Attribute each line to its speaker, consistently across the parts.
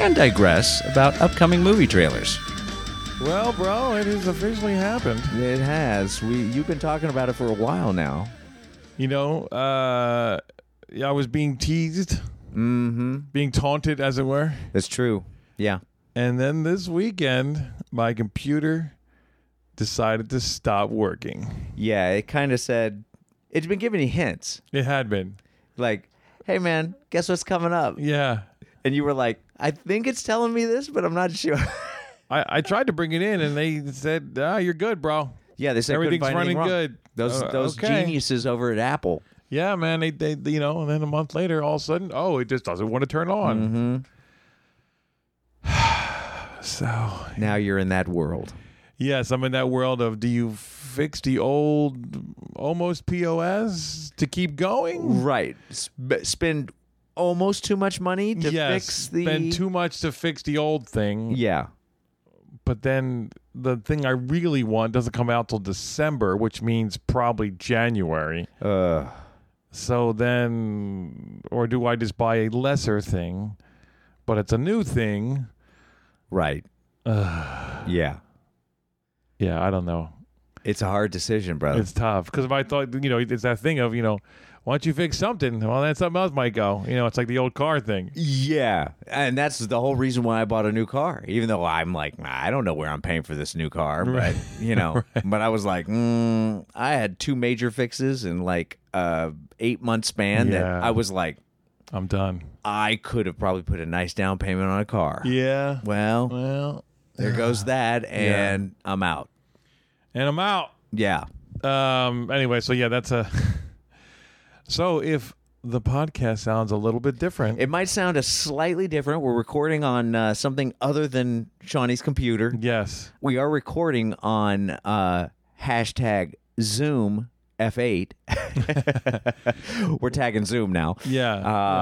Speaker 1: and digress about upcoming movie trailers.
Speaker 2: Well, bro, it has officially happened.
Speaker 1: It has. We you've been talking about it for a while now.
Speaker 2: You know, uh, I was being teased,
Speaker 1: Mm-hmm.
Speaker 2: being taunted, as it were.
Speaker 1: That's true. Yeah.
Speaker 2: And then this weekend, my computer decided to stop working.
Speaker 1: Yeah, it kind of said it's been giving you hints.
Speaker 2: It had been.
Speaker 1: Like, hey man, guess what's coming up?
Speaker 2: Yeah.
Speaker 1: And you were like, I think it's telling me this, but I'm not sure.
Speaker 2: I, I tried to bring it in, and they said, ah, you're good, bro.
Speaker 1: yeah, they said couldn't
Speaker 2: Everything's
Speaker 1: find anything
Speaker 2: running
Speaker 1: wrong.
Speaker 2: good.
Speaker 1: Those
Speaker 2: Uh,
Speaker 1: those
Speaker 2: okay.
Speaker 1: geniuses over at Apple.
Speaker 2: Yeah, man. They, they, you know, and then a month later, all of a sudden, oh, it just doesn't want to turn on.
Speaker 1: Mm-hmm.
Speaker 2: So
Speaker 1: Now you're in that world.
Speaker 2: Yes, I'm in that world of do you fix the old almost POS to keep going?
Speaker 1: Right. Sp- spend almost too much money to
Speaker 2: yes,
Speaker 1: fix the
Speaker 2: spend too much to fix the old thing,
Speaker 1: Yeah.
Speaker 2: but then the thing I really want doesn't come out till December, which means probably January.
Speaker 1: Uh
Speaker 2: So then, or do I just buy a lesser thing, but it's a new thing?
Speaker 1: Right. yeah.
Speaker 2: Yeah, I don't know.
Speaker 1: It's a hard decision, brother.
Speaker 2: It's tough because if I thought, you know, it's that thing of, you know, why don't you fix something? Well, then something else might go. You know, it's like the old car thing.
Speaker 1: yeah. And that's the whole reason why I bought a new car. Even though I'm like, I don't know where I'm paying for this new car, but
Speaker 2: Right.
Speaker 1: you know, but I was like, mm, I had two major fixes in like a 8 month span
Speaker 2: Yeah.
Speaker 1: that I was like,
Speaker 2: I'm done.
Speaker 1: I could have probably put a nice down payment on a car.
Speaker 2: Yeah.
Speaker 1: Well,
Speaker 2: Well,
Speaker 1: there goes that and I'm out.
Speaker 2: and I'm out.
Speaker 1: Yeah.
Speaker 2: Um. Anyway, so yeah, that's a. so if the podcast sounds a little bit different,
Speaker 1: It might sound a slightly different. We're recording on uh, something other than Shawnee's computer.
Speaker 2: yes,
Speaker 1: we are recording on uh, hashtag Zoom F8. We're tagging Zoom now.
Speaker 2: yeah,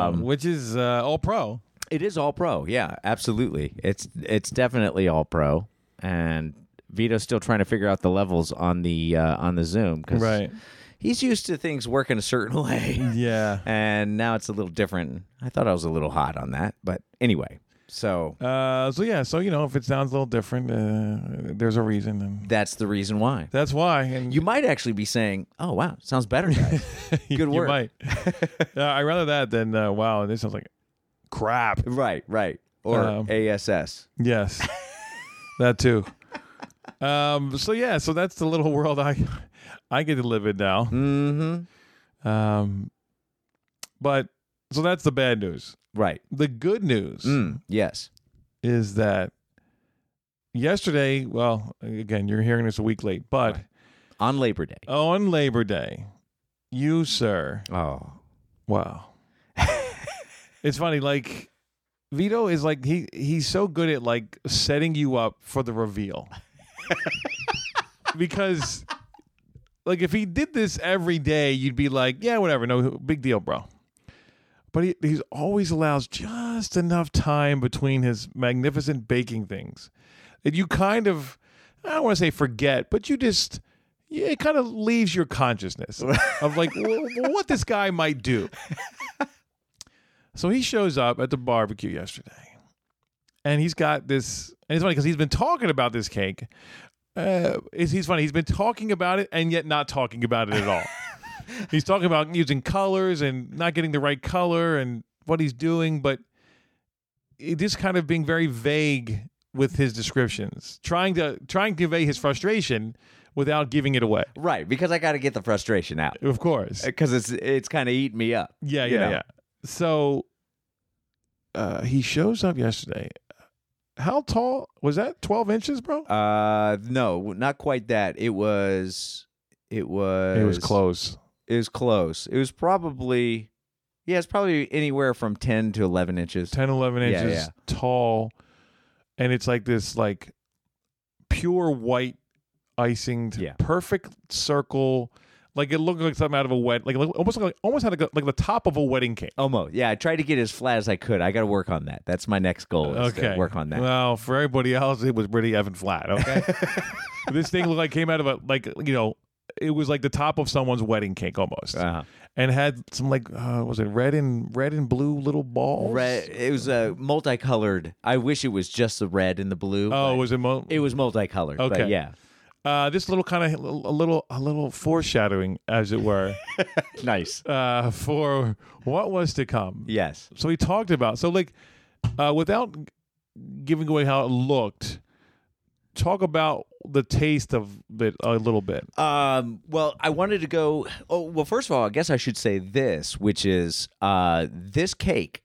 Speaker 1: Um,
Speaker 2: yeah, which is uh, all pro.
Speaker 1: It is all pro. Yeah, absolutely. It's it's definitely all pro. And Vito's still trying to figure out the levels on the uh, on the Zoom because
Speaker 2: Right.
Speaker 1: he's used to things working a certain way,
Speaker 2: Yeah.
Speaker 1: and now it's a little different. I thought I was a little hot on that, but anyway. So
Speaker 2: Uh. So yeah. So you know, if it sounds a little different, uh, there's a reason, and
Speaker 1: that's the reason why.
Speaker 2: that's why. And
Speaker 1: You might actually be saying, "Oh wow, sounds better, guys."
Speaker 2: you-
Speaker 1: good
Speaker 2: you
Speaker 1: work.
Speaker 2: might. uh, I rather that than uh, wow. This sounds like crap.
Speaker 1: Right, right. Or
Speaker 2: Um,
Speaker 1: ASS.
Speaker 2: Yes, that too. Um, so yeah, so that's the little world I I get to live in now.
Speaker 1: Mm-hmm.
Speaker 2: Um, but so that's the bad news.
Speaker 1: Right.
Speaker 2: The good news
Speaker 1: Mm, yes.
Speaker 2: is that yesterday, well, again, you're hearing this a week late, but
Speaker 1: On Labor Day.
Speaker 2: on Labor Day, you sir,
Speaker 1: Oh.
Speaker 2: wow, it's funny. Like Vito is like he he's so good at like setting you up for the reveal because. Like if he did this every day, you'd be like, "Yeah, whatever, no big deal, bro." But he he's always allows just enough time between his magnificent baking things that you kind of I don't want to say forget, but you just yeah, it kind of leaves your consciousness of like w- what this guy might do. So he shows up at the barbecue yesterday, and he's got this. And it's funny because he's been talking about this cake. Uh, it's, he's funny. He's been talking about it and yet not talking about it at all. he's talking about using colors and not getting the right color and what he's doing, but it just kind of being very vague with his descriptions, trying to trying to convey his frustration without giving it away.
Speaker 1: Right, because I got to get the frustration out
Speaker 2: Of course,
Speaker 1: because it's it's kind of eating me up.
Speaker 2: Yeah,
Speaker 1: you
Speaker 2: yeah,
Speaker 1: know?
Speaker 2: yeah. So uh, he shows up yesterday. How tall was that? Twelve inches, bro.
Speaker 1: Uh, no, not quite that. It was. It was.
Speaker 2: it was close.
Speaker 1: It was close. It was probably. Yeah, it's probably anywhere from ten to eleven inches.
Speaker 2: 10, 11
Speaker 1: Yeah,
Speaker 2: inches
Speaker 1: yeah.
Speaker 2: tall. and it's like this like pure white icinged
Speaker 1: Yeah.
Speaker 2: perfect circle like it looked like something out of a wet like almost like almost had like, a- like the top of a wedding cake
Speaker 1: Almost. Yeah, I tried to get as flat as I could. I got to work on that. That's my next goal. Is
Speaker 2: okay
Speaker 1: To work on that.
Speaker 2: well for everybody else it was pretty effing flat okay this thing looked like came out of a like you know it was like the top of someone's wedding cake almost
Speaker 1: Uh-huh.
Speaker 2: and had some like uh, was it red and red and blue little balls
Speaker 1: Red. It was a multicolored. I wish it was just the red and the blue.
Speaker 2: oh
Speaker 1: but
Speaker 2: was it mo-
Speaker 1: It was multicolored.
Speaker 2: Okay.
Speaker 1: But yeah.
Speaker 2: uh, this little kind of a little a little foreshadowing as it were
Speaker 1: Nice.
Speaker 2: uh, for what was to come.
Speaker 1: Yes.
Speaker 2: So he talked about so like uh, without g- giving away how it looked. Talk about the taste of it a little bit.
Speaker 1: Um, well, I wanted to go. Oh, well, first of all, I guess I should say this, which is uh, this cake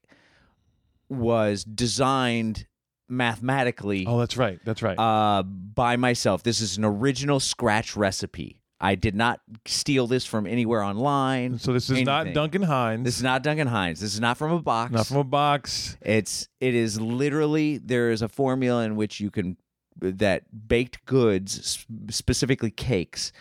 Speaker 1: was designed mathematically
Speaker 2: oh, that's right. That's right.
Speaker 1: uh, by myself. This is an original scratch recipe. I did not steal this from anywhere online.
Speaker 2: so this is not
Speaker 1: anything.
Speaker 2: Duncan Hines.
Speaker 1: This is not Duncan Hines. This is not from a box.
Speaker 2: not from a box.
Speaker 1: It's it is literally there is a formula in which you can that baked goods s- specifically cakes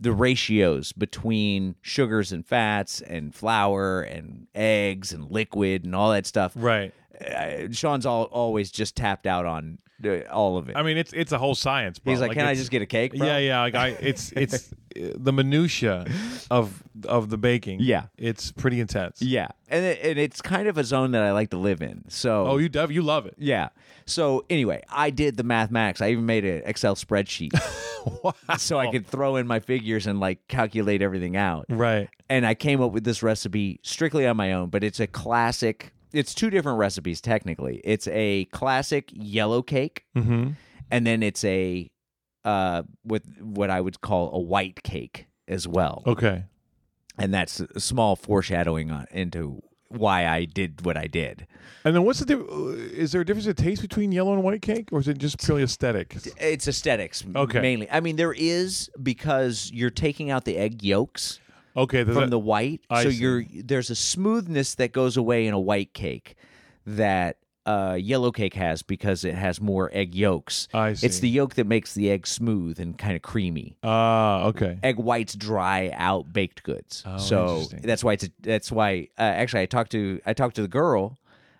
Speaker 1: the ratios between sugars and fats and flour and eggs and liquid and all that stuff.
Speaker 2: Right.
Speaker 1: Uh, Sean's all, always just tapped out on uh, all of it.
Speaker 2: I mean, it's it's a whole science. Bro.
Speaker 1: He's like, "Can I
Speaker 2: it's-
Speaker 1: just get a cake?" Bro?
Speaker 2: Yeah, yeah. Like I, it's it's uh, the minutia of of the baking.
Speaker 1: Yeah.
Speaker 2: it's pretty intense.
Speaker 1: yeah. And it, and it's kind of a zone that I like to live in. So
Speaker 2: Oh, you def- you love it.
Speaker 1: Yeah. So anyway, I did the mathematics. I even made an Excel spreadsheet so I could throw in my figures and like calculate everything out.
Speaker 2: Right.
Speaker 1: And I came up with this recipe strictly on my own, but it's a classic. It's two different recipes technically. It's a classic yellow cake,
Speaker 2: Mm-hmm.
Speaker 1: and then it's a uh, with what I would call a white cake as well.
Speaker 2: Okay.
Speaker 1: And that's a small foreshadowing on, into why I did what I did.
Speaker 2: And then what's the diff- is there a difference in taste between yellow and white cake, or is it just purely aesthetic?
Speaker 1: It's aesthetics, m-
Speaker 2: Okay.
Speaker 1: Mainly, I mean, there is because you're taking out the egg yolks
Speaker 2: Okay, does
Speaker 1: from
Speaker 2: that-
Speaker 1: the white,
Speaker 2: Uh, I
Speaker 1: so
Speaker 2: see.
Speaker 1: you're there's a smoothness that goes away in a white cake that uh, yellow cake has because it has more egg yolks.
Speaker 2: I
Speaker 1: It's
Speaker 2: see.
Speaker 1: the yolk that makes the egg smooth and kind of creamy.
Speaker 2: ah okay.
Speaker 1: Egg whites dry out baked goods,
Speaker 2: Oh,
Speaker 1: so
Speaker 2: interesting.
Speaker 1: that's why it's a, that's why. Uh, actually, I talked to I talked to the girl.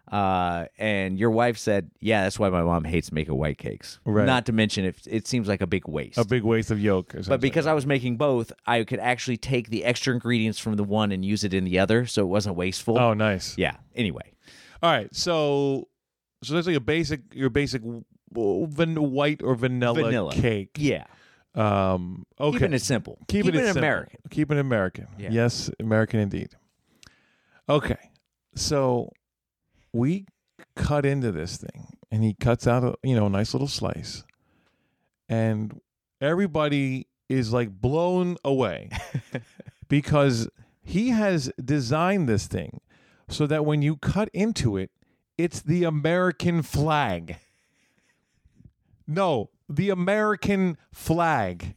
Speaker 1: Uh, and your wife said, "Yeah, that's why my mom hates making white cakes.
Speaker 2: Right.
Speaker 1: Not to mention, if it seems like a big waste.
Speaker 2: A big waste of yolk, essentially.
Speaker 1: But because I was making both, I could actually take the extra ingredients from the one and use it in the other, so it wasn't wasteful.
Speaker 2: oh nice.
Speaker 1: yeah. Anyway,
Speaker 2: All right, so so that's like a basic your basic w- w- van- white or vanilla,
Speaker 1: Vanilla.
Speaker 2: cake.
Speaker 1: yeah.
Speaker 2: Um. Okay.
Speaker 1: Keeping it simple.
Speaker 2: Keeping it simple.
Speaker 1: American.
Speaker 2: Keeping it American.
Speaker 1: Yeah.
Speaker 2: Yes, American indeed. Okay, so we cut into this thing, and he cuts out a you know a nice little slice, and everybody is like blown away because he has designed this thing so that when you cut into it, it's the American flag. No, the American flag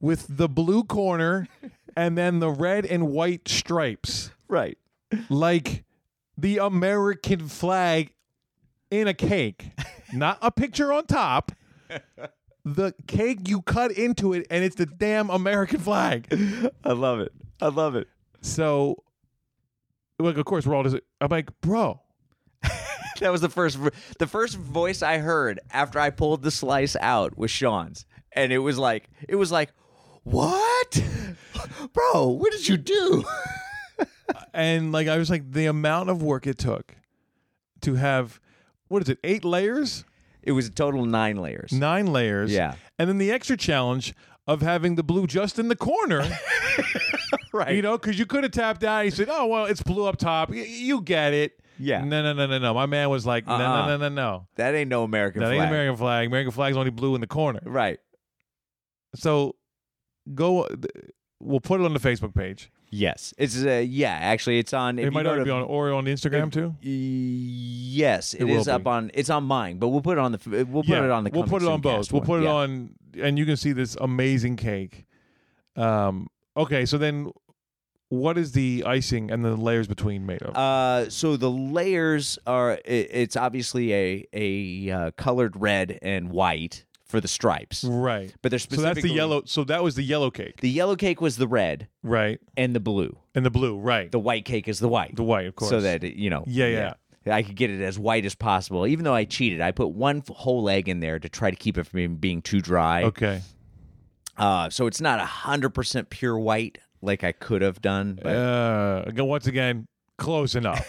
Speaker 2: with the blue corner and then the red and white stripes.
Speaker 1: Right.
Speaker 2: Like the American flag in a cake, not a picture on top. The cake you cut into it, and it's the damn American flag.
Speaker 1: I love it. I love it.
Speaker 2: So, like, of course, we're all just. I'm like, bro,
Speaker 1: That was the first the first voice I heard after I pulled the slice out was Sean's. And it was like it was like, "What? Bro, what did you do?"
Speaker 2: and like I was like, the amount of work it took to have what is it, eight layers?
Speaker 1: It was a total 9 layers.
Speaker 2: nine layers.
Speaker 1: Yeah.
Speaker 2: And then the extra challenge of having the blue just in the corner.
Speaker 1: Right.
Speaker 2: You know, because you could have tapped out. He said, "Oh well, it's blue up top. Y- you get it."
Speaker 1: Yeah.
Speaker 2: No, no, no, no, no. My man was like, "No,
Speaker 1: Uh-uh.
Speaker 2: no, no, no, no.
Speaker 1: That ain't no American
Speaker 2: That ain't
Speaker 1: flag.
Speaker 2: the American flag. American flag's only blue in the corner."
Speaker 1: Right.
Speaker 2: So, go. We'll put it on the Facebook page.
Speaker 1: Yes. It's uh, yeah, actually it's on if
Speaker 2: It
Speaker 1: you
Speaker 2: might
Speaker 1: go
Speaker 2: already
Speaker 1: to-
Speaker 2: be on or on Instagram too.
Speaker 1: Yes, it
Speaker 2: will
Speaker 1: is up
Speaker 2: be.
Speaker 1: on. It's on mine, but we'll put it on the. We'll put
Speaker 2: Yeah,
Speaker 1: it on the.
Speaker 2: We'll
Speaker 1: Coming
Speaker 2: put it
Speaker 1: Soon
Speaker 2: on both.
Speaker 1: Cast
Speaker 2: We'll
Speaker 1: one.
Speaker 2: put it
Speaker 1: Yeah.
Speaker 2: on, and you can see this amazing cake. Um. Okay, so then What is the icing and the layers between made of?
Speaker 1: Uh, so the layers are i it's obviously a a uh, colored red and white for the stripes.
Speaker 2: right.
Speaker 1: But there's
Speaker 2: So that's the
Speaker 1: specifically-
Speaker 2: yellow. So that was the yellow cake.
Speaker 1: The yellow cake was the red
Speaker 2: Right.
Speaker 1: and the blue.
Speaker 2: And the blue. Right.
Speaker 1: The white cake is the white.
Speaker 2: The white, of course.
Speaker 1: So that it, you know.
Speaker 2: Yeah, yeah.
Speaker 1: I could get it as white as possible. Even though I cheated, I put one f- whole egg in there to try to keep it from being too dry.
Speaker 2: okay.
Speaker 1: Uh, so it's not hundred percent pure white like I could have done. But
Speaker 2: Uh, again, once again, close enough.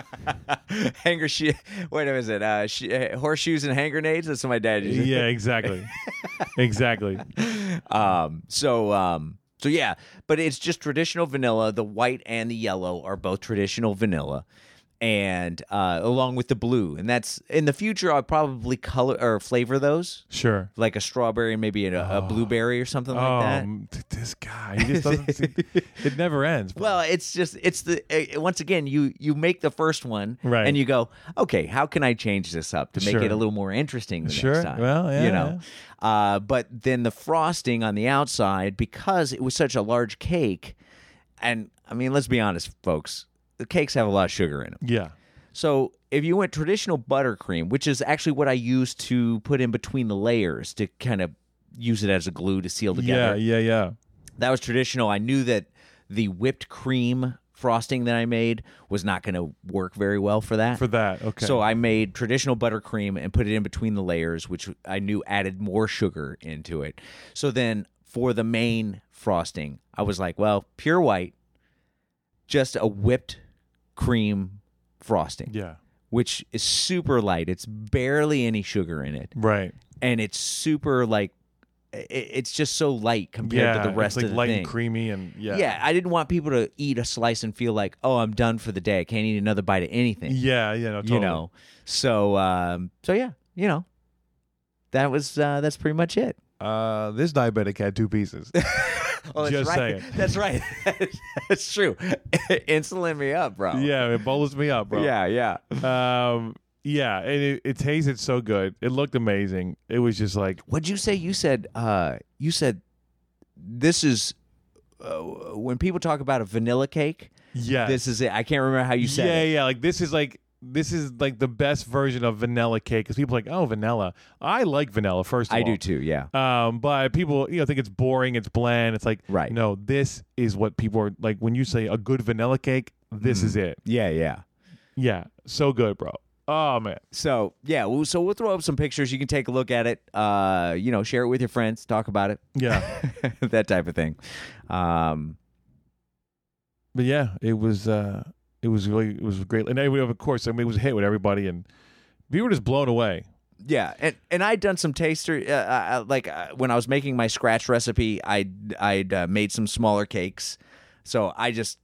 Speaker 1: hanger shoe. What was it? Uh, sh- uh, horseshoes and hand grenades. That's what my dad used. to-
Speaker 2: yeah, exactly. exactly.
Speaker 1: Um, so um, so yeah, but it's just traditional vanilla. The white and the yellow are both traditional vanilla, and uh, along with the blue. And that's in the future. I'll probably color or flavor those
Speaker 2: Sure.
Speaker 1: like a strawberry, and maybe a, a blueberry or something
Speaker 2: oh,
Speaker 1: like that.
Speaker 2: m- th- this guy. He just doesn't. see, it never ends.
Speaker 1: Well, it's just it's the eh, once again you you make the first one
Speaker 2: Right.
Speaker 1: and you go okay how can I change this up to make
Speaker 2: Sure.
Speaker 1: it a little more interesting the
Speaker 2: Sure.
Speaker 1: next time
Speaker 2: Well, yeah,
Speaker 1: you know uh, but then the frosting on the outside because it was such a large cake and I mean let's be honest folks the cakes have a lot of sugar in them
Speaker 2: yeah.
Speaker 1: so if you went traditional buttercream which is actually what I used to put in between the layers to kind of use it as a glue to seal together
Speaker 2: Yeah. Yeah. Yeah.
Speaker 1: that was traditional. I knew that the whipped cream frosting that I made was not going to work very well for that.
Speaker 2: For that. Okay.
Speaker 1: So I made traditional buttercream and put it in between the layers, which I knew added more sugar into it. So then for the main frosting, I was like, well, pure white, just a whipped cream frosting,
Speaker 2: Yeah.
Speaker 1: which is super light. It's barely any sugar in it.
Speaker 2: Right.
Speaker 1: And it's super like, i- it's just so light compared
Speaker 2: yeah.
Speaker 1: to the rest
Speaker 2: it's like
Speaker 1: of the
Speaker 2: light
Speaker 1: thing.
Speaker 2: and creamy and yeah.
Speaker 1: Yeah. I didn't want people to eat a slice and feel like, oh, I'm done for the day. I can't eat another bite of anything.
Speaker 2: Yeah. Yeah. No, totally.
Speaker 1: You know. So um so yeah, you know. That was uh that's pretty much it.
Speaker 2: Uh, this diabetic had two pieces.
Speaker 1: Oh,
Speaker 2: Just
Speaker 1: right.
Speaker 2: saying.
Speaker 1: That's right. that's true. Insulin me up, bro.
Speaker 2: yeah, it bothers me up, bro.
Speaker 1: Oh. Yeah, yeah.
Speaker 2: Um, yeah, and it, it tasted so good. It looked amazing. It was just like,
Speaker 1: What'd you say? You said uh you said this is uh, when people talk about a vanilla cake,
Speaker 2: yeah,
Speaker 1: this is it. I can't remember how you said
Speaker 2: yeah,
Speaker 1: it.
Speaker 2: yeah. Like this is like this is like the best version of vanilla cake because people are like, oh, vanilla. I like vanilla. First, of
Speaker 1: I
Speaker 2: all.
Speaker 1: do too, yeah.
Speaker 2: Um, but people, you know, think it's boring, it's bland. It's like,
Speaker 1: Right.
Speaker 2: No, this is what people are like when you say a good vanilla cake. This is it.
Speaker 1: Yeah, yeah.
Speaker 2: Yeah, so good, bro. Oh man,
Speaker 1: So yeah, well, so we'll throw up some pictures. You can take a look at it. Uh, you know, share it with your friends, talk about it,
Speaker 2: yeah,
Speaker 1: that type of thing. Um,
Speaker 2: but yeah, it was uh, it was really it was great. And anyway, of course, I mean, it was a hit with everybody, and we were just blown away.
Speaker 1: yeah, and and I'd done some taster, uh, uh, like uh, when I was making my scratch recipe, I would I'd uh, made some smaller cakes. So I just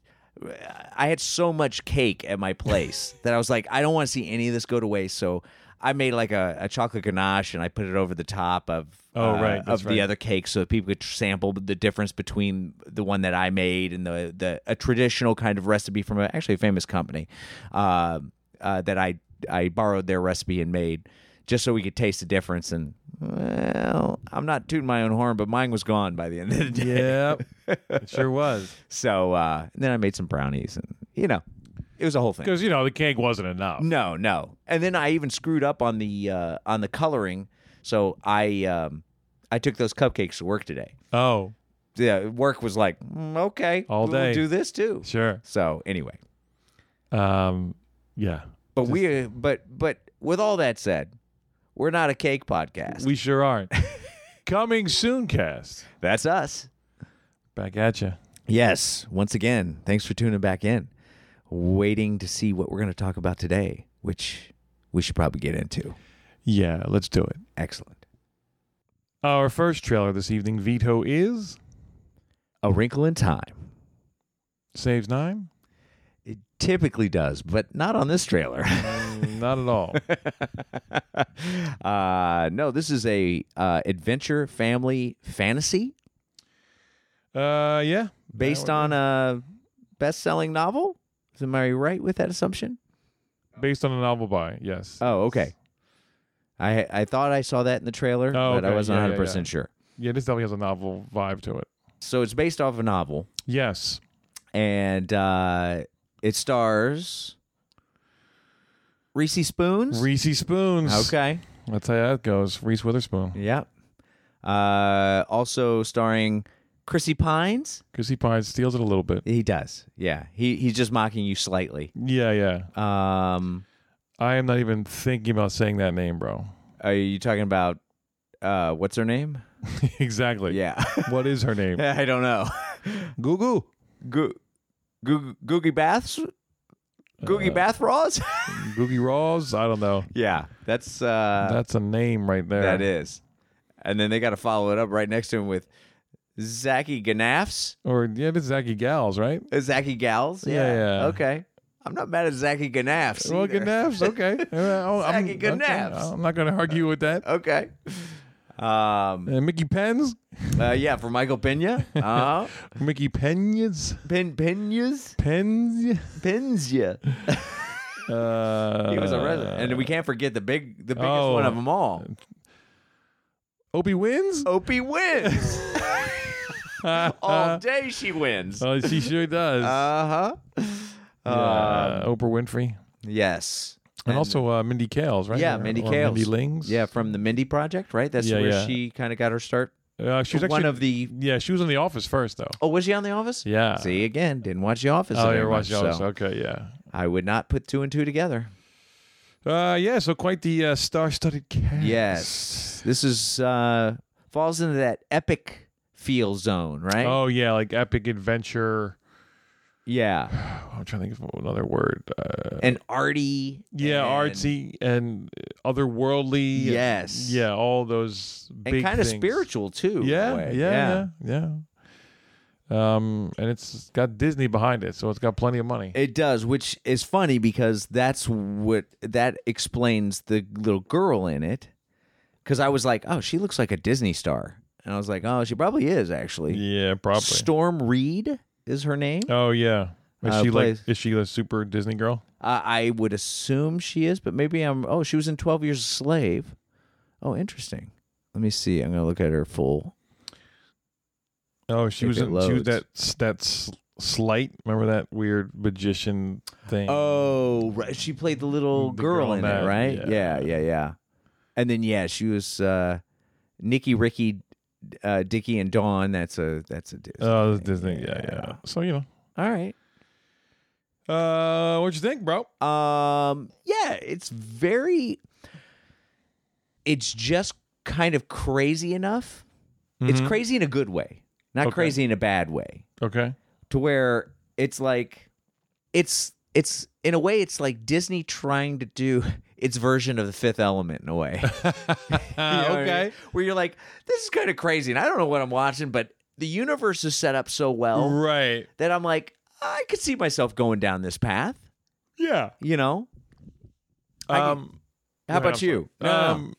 Speaker 1: I had so much cake at my place that I was like, I don't want to see any of this go to waste. So. I made like a, a chocolate ganache and I put it over the top of
Speaker 2: Oh,
Speaker 1: uh,
Speaker 2: right, that's
Speaker 1: of
Speaker 2: right.
Speaker 1: the other cakes so that people could sample the difference between the one that I made and the the a traditional kind of recipe from a, actually a famous company uh, uh, that I I borrowed their recipe and made just so we could taste the difference. And well, I'm not tooting my own horn, but mine was gone by the end of the day.
Speaker 2: Yeah, it sure was.
Speaker 1: So uh, and then I made some brownies, and you know, it was a whole thing.
Speaker 2: Because you know the cake wasn't enough.
Speaker 1: No, no. And then I even screwed up on the uh, on the coloring, so I um, I took those cupcakes to work today.
Speaker 2: Oh,
Speaker 1: yeah, work was like, "Mm, okay,
Speaker 2: All
Speaker 1: we'll
Speaker 2: day.
Speaker 1: do this too.
Speaker 2: sure.
Speaker 1: So anyway,
Speaker 2: Um, yeah,
Speaker 1: but we, but but with all that said, we're not a cake podcast.
Speaker 2: we sure aren't. Coming soon, cast
Speaker 1: That's us.
Speaker 2: back at you.
Speaker 1: Yes. Once again, thanks for tuning back in. Waiting to see what we're going to talk about today, which we should probably get into.
Speaker 2: Yeah, let's do it.
Speaker 1: Excellent.
Speaker 2: Our first trailer this evening, Veto is
Speaker 1: A Wrinkle in Time.
Speaker 2: saves nine.
Speaker 1: It typically does, but not on this trailer.
Speaker 2: Not at all.
Speaker 1: uh, no, this is a uh, adventure family fantasy
Speaker 2: uh, yeah.
Speaker 1: based on a best-selling novel. Is- Am I right with that assumption?
Speaker 2: Based on a novel by yes.
Speaker 1: Oh, okay. I I thought I saw that in the trailer,
Speaker 2: Oh,
Speaker 1: but I
Speaker 2: okay.
Speaker 1: wasn't
Speaker 2: Yeah, yeah,
Speaker 1: 100 percent sure.
Speaker 2: yeah, this definitely has a novel vibe to it.
Speaker 1: So it's based off a novel.
Speaker 2: Yes.
Speaker 1: and uh, it stars Reese Spoons.
Speaker 2: Reese Spoons.
Speaker 1: okay.
Speaker 2: That's how that goes. Reese Witherspoon.
Speaker 1: Yep. Uh, also starring Chrissy Pines.
Speaker 2: Chrissy Pine steals it a little bit.
Speaker 1: He does. Yeah. He he's just mocking you slightly.
Speaker 2: Yeah, yeah.
Speaker 1: Um,
Speaker 2: I am not even thinking about saying that name, bro.
Speaker 1: are you talking about uh, what's her name?
Speaker 2: exactly.
Speaker 1: Yeah.
Speaker 2: What is her name?
Speaker 1: I don't know.
Speaker 2: Goo Goo.
Speaker 1: Goo, goo, googie baths,
Speaker 2: Uh,
Speaker 1: googie bath raws.
Speaker 2: Googie Raws. I don't know.
Speaker 1: yeah, that's uh,
Speaker 2: That's a name right there.
Speaker 1: that is. And then they got to follow it up right next to him with Zachy Ganaffs,
Speaker 2: Or yeah, it's Zachy Gals, right?
Speaker 1: Uh, Zachy Gals.
Speaker 2: Yeah, yeah.
Speaker 1: Okay, I'm not mad at Zachy Ganaffs.
Speaker 2: Well,
Speaker 1: either.
Speaker 2: good naps. Okay. Uh, oh, I'm,
Speaker 1: Zachy good
Speaker 2: okay,
Speaker 1: naps. Uh,
Speaker 2: I'm not going to argue with that.
Speaker 1: Okay. Um.
Speaker 2: Uh, Mickey Pens.
Speaker 1: uh, yeah, for Michael Pena. Uh,
Speaker 2: Mickey Penas.
Speaker 1: Pen Penas
Speaker 2: Pens.
Speaker 1: Penzia.
Speaker 2: Uh,
Speaker 1: He was a resident, and we can't forget the big, the biggest
Speaker 2: oh.
Speaker 1: one of them all.
Speaker 2: Opie wins.
Speaker 1: Opie wins. All day she wins.
Speaker 2: Oh, she sure does.
Speaker 1: Uh huh.
Speaker 2: Yeah,
Speaker 1: Um,
Speaker 2: Oprah Winfrey.
Speaker 1: Yes.
Speaker 2: And, also uh, Mindy Kaling, right?
Speaker 1: yeah,
Speaker 2: Or-
Speaker 1: Mindy
Speaker 2: or
Speaker 1: Kaling.
Speaker 2: Mindy Lings.
Speaker 1: Yeah, from the Mindy Project, right? That's
Speaker 2: Yeah,
Speaker 1: where
Speaker 2: yeah.
Speaker 1: she kind of got her start.
Speaker 2: Uh, she was actually
Speaker 1: One of the.
Speaker 2: Yeah, she was in The Office first, though.
Speaker 1: Oh, was she on The Office?
Speaker 2: Yeah.
Speaker 1: See again, didn't watch The Office.
Speaker 2: Oh,
Speaker 1: very
Speaker 2: yeah,
Speaker 1: much,
Speaker 2: watch The Office.
Speaker 1: so
Speaker 2: Okay, yeah.
Speaker 1: I would not put two and two together.
Speaker 2: Uh, yeah, so quite the uh, star-studded cast.
Speaker 1: Yes, this is uh falls into that epic feel zone, right?
Speaker 2: Oh yeah, like epic adventure.
Speaker 1: yeah,
Speaker 2: Oh, I'm trying to think of another word. Uh,
Speaker 1: and arty.
Speaker 2: yeah,
Speaker 1: and-
Speaker 2: artsy and otherworldly. and-
Speaker 1: Yes.
Speaker 2: yeah, all those big
Speaker 1: and kind of
Speaker 2: things.
Speaker 1: spiritual too. in a
Speaker 2: Yeah, yeah,
Speaker 1: way.
Speaker 2: yeah, yeah, Um, and it's got Disney behind it, so it's got plenty of money.
Speaker 1: It does, which is funny because that's what that explains the little girl in it. Because I was like, oh, she looks like a Disney star, and I was like, oh, she probably is actually.
Speaker 2: yeah, probably.
Speaker 1: Storm Reed is her name.
Speaker 2: oh yeah. Is
Speaker 1: Uh,
Speaker 2: she
Speaker 1: plays-
Speaker 2: like? Is she a super Disney girl?
Speaker 1: Uh, I would assume she is, but maybe I'm. Oh, she was in Twelve Years a Slave. Oh, interesting. Let me see. I'm gonna look at her full.
Speaker 2: Oh, she
Speaker 1: If
Speaker 2: was.
Speaker 1: it
Speaker 2: In, she was
Speaker 1: loads.
Speaker 2: that that s- slight. Remember that weird magician thing?
Speaker 1: Oh, right. She played the little
Speaker 2: The
Speaker 1: girl,
Speaker 2: girl
Speaker 1: in
Speaker 2: in
Speaker 1: it,
Speaker 2: that,
Speaker 1: right? Yeah.
Speaker 2: yeah.
Speaker 1: yeah, yeah, And then yeah, she was uh Nikki, Ricky, uh, Dicky, and Dawn. That's a that's a Disney.
Speaker 2: Oh,
Speaker 1: thing.
Speaker 2: Disney. Yeah, yeah. So you know.
Speaker 1: All right.
Speaker 2: Uh, what you think, bro?
Speaker 1: Um, yeah, it's very. It's just kind of crazy enough. It's crazy in a good way, not
Speaker 2: Mm-hmm. Okay.
Speaker 1: crazy in a bad way.
Speaker 2: Okay.
Speaker 1: to where it's like it's it's in a way it's like Disney trying to do its version of the fifth element in a way. You know
Speaker 2: Uh,
Speaker 1: what I mean? Where you're like, this is kind of crazy and I don't know what I'm watching, but the universe is set up so well
Speaker 2: Right.
Speaker 1: that I'm like, I could see myself going down this path,
Speaker 2: Yeah.
Speaker 1: you know? I could-
Speaker 2: Um.
Speaker 1: How
Speaker 2: go ahead,
Speaker 1: about
Speaker 2: I'm sorry.
Speaker 1: you? No, no,
Speaker 2: Um.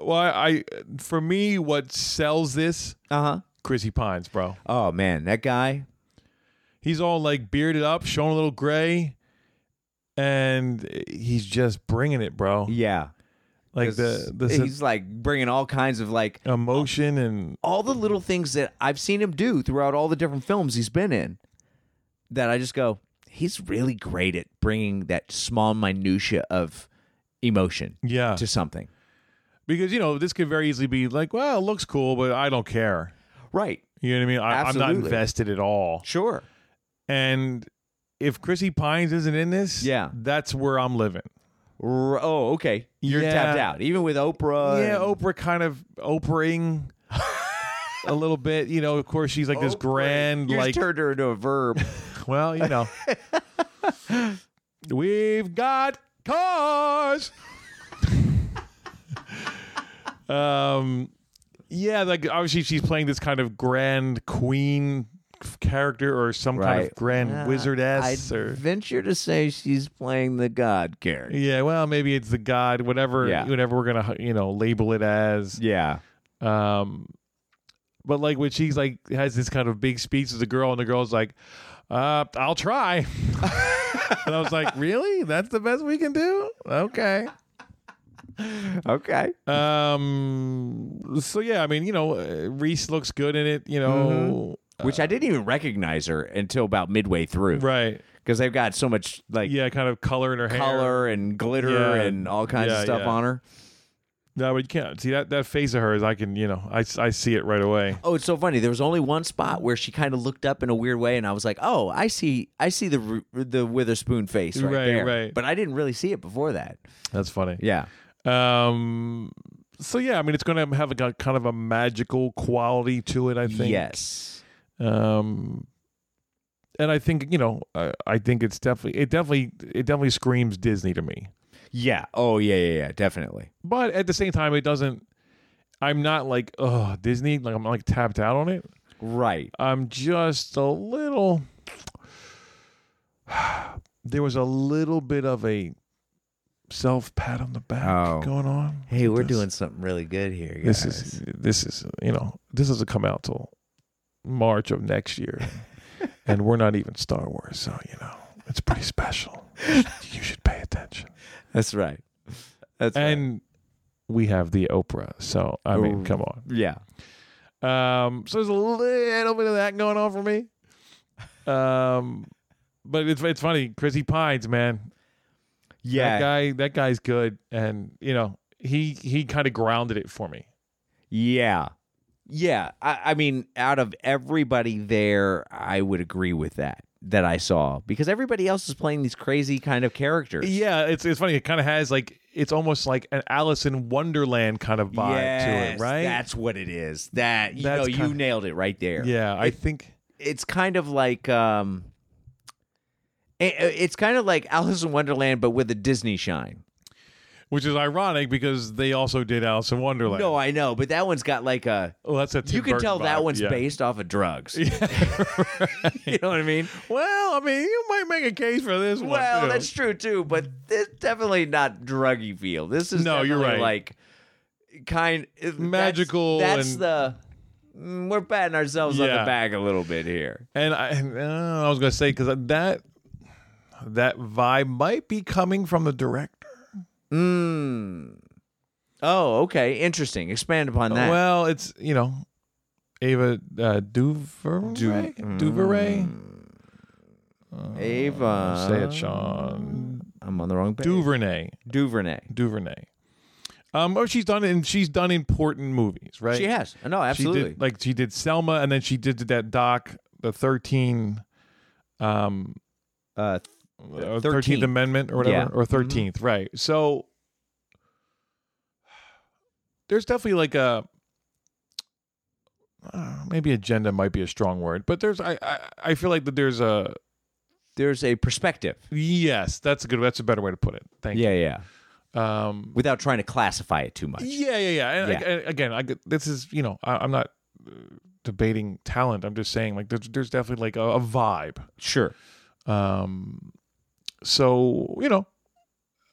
Speaker 2: Well, I, I for me, what sells this
Speaker 1: no. Uh-huh.
Speaker 2: Chrissy Pines, bro.
Speaker 1: Oh man, that guy.
Speaker 2: He's all like bearded up, showing a little gray, and he's just bringing it, bro.
Speaker 1: Yeah.
Speaker 2: Like the the
Speaker 1: he's
Speaker 2: s-
Speaker 1: like bringing all kinds of like
Speaker 2: emotion and
Speaker 1: all the little things that I've seen him do throughout all the different films he's been in that I just go, he's really great at bringing that small minutia of emotion
Speaker 2: yeah,
Speaker 1: to something.
Speaker 2: because you know this could very easily be like, well, it looks cool, but I don't care.
Speaker 1: Right.
Speaker 2: You know what I mean? I, I'm not
Speaker 1: Absolutely.
Speaker 2: invested at all.
Speaker 1: Sure.
Speaker 2: And if Chrissy Pines isn't in this,
Speaker 1: Yeah.
Speaker 2: that's where I'm living.
Speaker 1: R- oh, okay. You're
Speaker 2: Yeah.
Speaker 1: tapped out. Even with Oprah.
Speaker 2: yeah,
Speaker 1: and-
Speaker 2: Oprah kind of Oprahing a little bit. You know, of course, she's like this
Speaker 1: Oprah.
Speaker 2: grand,
Speaker 1: You just
Speaker 2: like,
Speaker 1: turned her into a verb.
Speaker 2: well, you know, we've got cars. um, yeah, like obviously she's playing this kind of grand queen f- character or some kind
Speaker 1: Right.
Speaker 2: of grand wizard ass
Speaker 1: I'd
Speaker 2: or
Speaker 1: Ah, venture to say she's playing the God character.
Speaker 2: Yeah, well, maybe it's the god, whatever,
Speaker 1: Yeah.
Speaker 2: whatever we're gonna you know label it as.
Speaker 1: Yeah.
Speaker 2: Um, but like when she's like has this kind of big speech to the girl, and the girl's like, "Uh, I'll try," and I was like, "Really? That's the best we can do? Okay."
Speaker 1: Okay.
Speaker 2: Um, so yeah, I mean, you know, uh, Reese looks good in it. You know,
Speaker 1: which I didn't even recognize her until about midway through.
Speaker 2: Right.
Speaker 1: Because they've got so much like
Speaker 2: Yeah, kind of color in her hair.
Speaker 1: color and glitter
Speaker 2: Yeah.
Speaker 1: and all kinds
Speaker 2: Yeah,
Speaker 1: of stuff
Speaker 2: yeah.
Speaker 1: on her.
Speaker 2: No, but you can't see that that face of hers. I can, you know, I, I see it right away.
Speaker 1: Oh, it's so funny. There was only one spot where she kind of looked up in a weird way, and I was like, "Oh, I see, I see the Ru- the Witherspoon face right,
Speaker 2: Right,
Speaker 1: there."
Speaker 2: right.
Speaker 1: But I didn't really see it before that.
Speaker 2: That's funny.
Speaker 1: Yeah,
Speaker 2: Um. So yeah, I mean, it's going to have a ki- kind of a magical quality to it. I think.
Speaker 1: yes,
Speaker 2: Um. And I think you know, I, I think it's definitely it definitely it definitely screams Disney to me.
Speaker 1: yeah. Oh, yeah, yeah, yeah. Definitely.
Speaker 2: But at the same time, it doesn't. I'm not like oh Disney. Like I'm like tapped out on it.
Speaker 1: Right.
Speaker 2: I'm just a little. There was a little bit of a self pat on the back
Speaker 1: Oh.
Speaker 2: going on.
Speaker 1: Hey, we're
Speaker 2: This-
Speaker 1: doing something really good here, guys.
Speaker 2: This is this is you know this doesn't come out till March of next year, and we're not even Star Wars, so you know it's pretty special. You should- you should pay attention.
Speaker 1: that's right. That's right.
Speaker 2: And we have the Oprah, so I mean,
Speaker 1: Oh.
Speaker 2: come on.
Speaker 1: yeah.
Speaker 2: Um, so there's a little bit of that going on for me. Um, but it's it's funny, Chrissy Pines, man.
Speaker 1: Yeah.
Speaker 2: that guy, that guy's good, and you know he he kind of grounded it for me.
Speaker 1: Yeah. Yeah. I, I mean, out of everybody there, I would agree with that that I saw because everybody else is playing these crazy kind of characters.
Speaker 2: Yeah, it's it's funny. It kind of has like it's almost like an Alice in Wonderland kind of vibe to
Speaker 1: Yes,
Speaker 2: it, right?
Speaker 1: That's what it is. That you
Speaker 2: That's
Speaker 1: know, you
Speaker 2: kinda-
Speaker 1: nailed it right there.
Speaker 2: yeah, I
Speaker 1: It-
Speaker 2: think.
Speaker 1: it's kind of like um it- it's kind of like Alice in Wonderland but with a Disney shine.
Speaker 2: Which is ironic because they also did Alice in Wonderland.
Speaker 1: No, I know, but that one's got like a
Speaker 2: well, that's a Tim
Speaker 1: you can
Speaker 2: Burton
Speaker 1: tell that
Speaker 2: vibe,
Speaker 1: one's
Speaker 2: yeah.
Speaker 1: based off of drugs. you know what I mean?
Speaker 2: Well, I mean, you might make a case for this one.
Speaker 1: Well,
Speaker 2: too.
Speaker 1: that's true too, but it's definitely not druggy feel. This is
Speaker 2: No, you're
Speaker 1: definitely,
Speaker 2: right.
Speaker 1: Like kind it-
Speaker 2: Magical
Speaker 1: That's,
Speaker 2: and-
Speaker 1: that's the mm, we're patting ourselves on
Speaker 2: Yeah.
Speaker 1: the back a little bit here.
Speaker 2: And I, and, uh, I was going to say because that that vibe might be coming from the director.
Speaker 1: Mm. Oh, okay, interesting. Expand upon that.
Speaker 2: Well, it's you know Ava uh, Duvernay. Duvernay.
Speaker 1: Mm. Ava,
Speaker 2: Say it, Sean.
Speaker 1: I'm on the wrong page.
Speaker 2: Duvernay.
Speaker 1: Duvernay.
Speaker 2: Duvernay. Um, oh, she's done and she's done important movies, right?
Speaker 1: She has. No,
Speaker 2: She did-
Speaker 1: absolutely.
Speaker 2: like she did Selma, and then she did that doc, the Thirteen, um,
Speaker 1: uh,
Speaker 2: uh,
Speaker 1: 13th.
Speaker 2: 13th Amendment or whatever,
Speaker 1: Yeah. Mm-hmm.
Speaker 2: or 13th, right. So there's definitely like a uh, maybe agenda might be a strong word, but there's I, I I feel like that there's a
Speaker 1: there's a perspective.
Speaker 2: yes, that's a good that's a better way to put it. Thank
Speaker 1: Yeah, yeah.
Speaker 2: you. Um
Speaker 1: Without trying to classify it too much.
Speaker 2: yeah, yeah, yeah. And,
Speaker 1: Yeah.
Speaker 2: and again, I get- this is, you know, I, I'm not uh, debating talent. I'm just saying like there's there's definitely like a, a vibe.
Speaker 1: Sure.
Speaker 2: Um, so you know,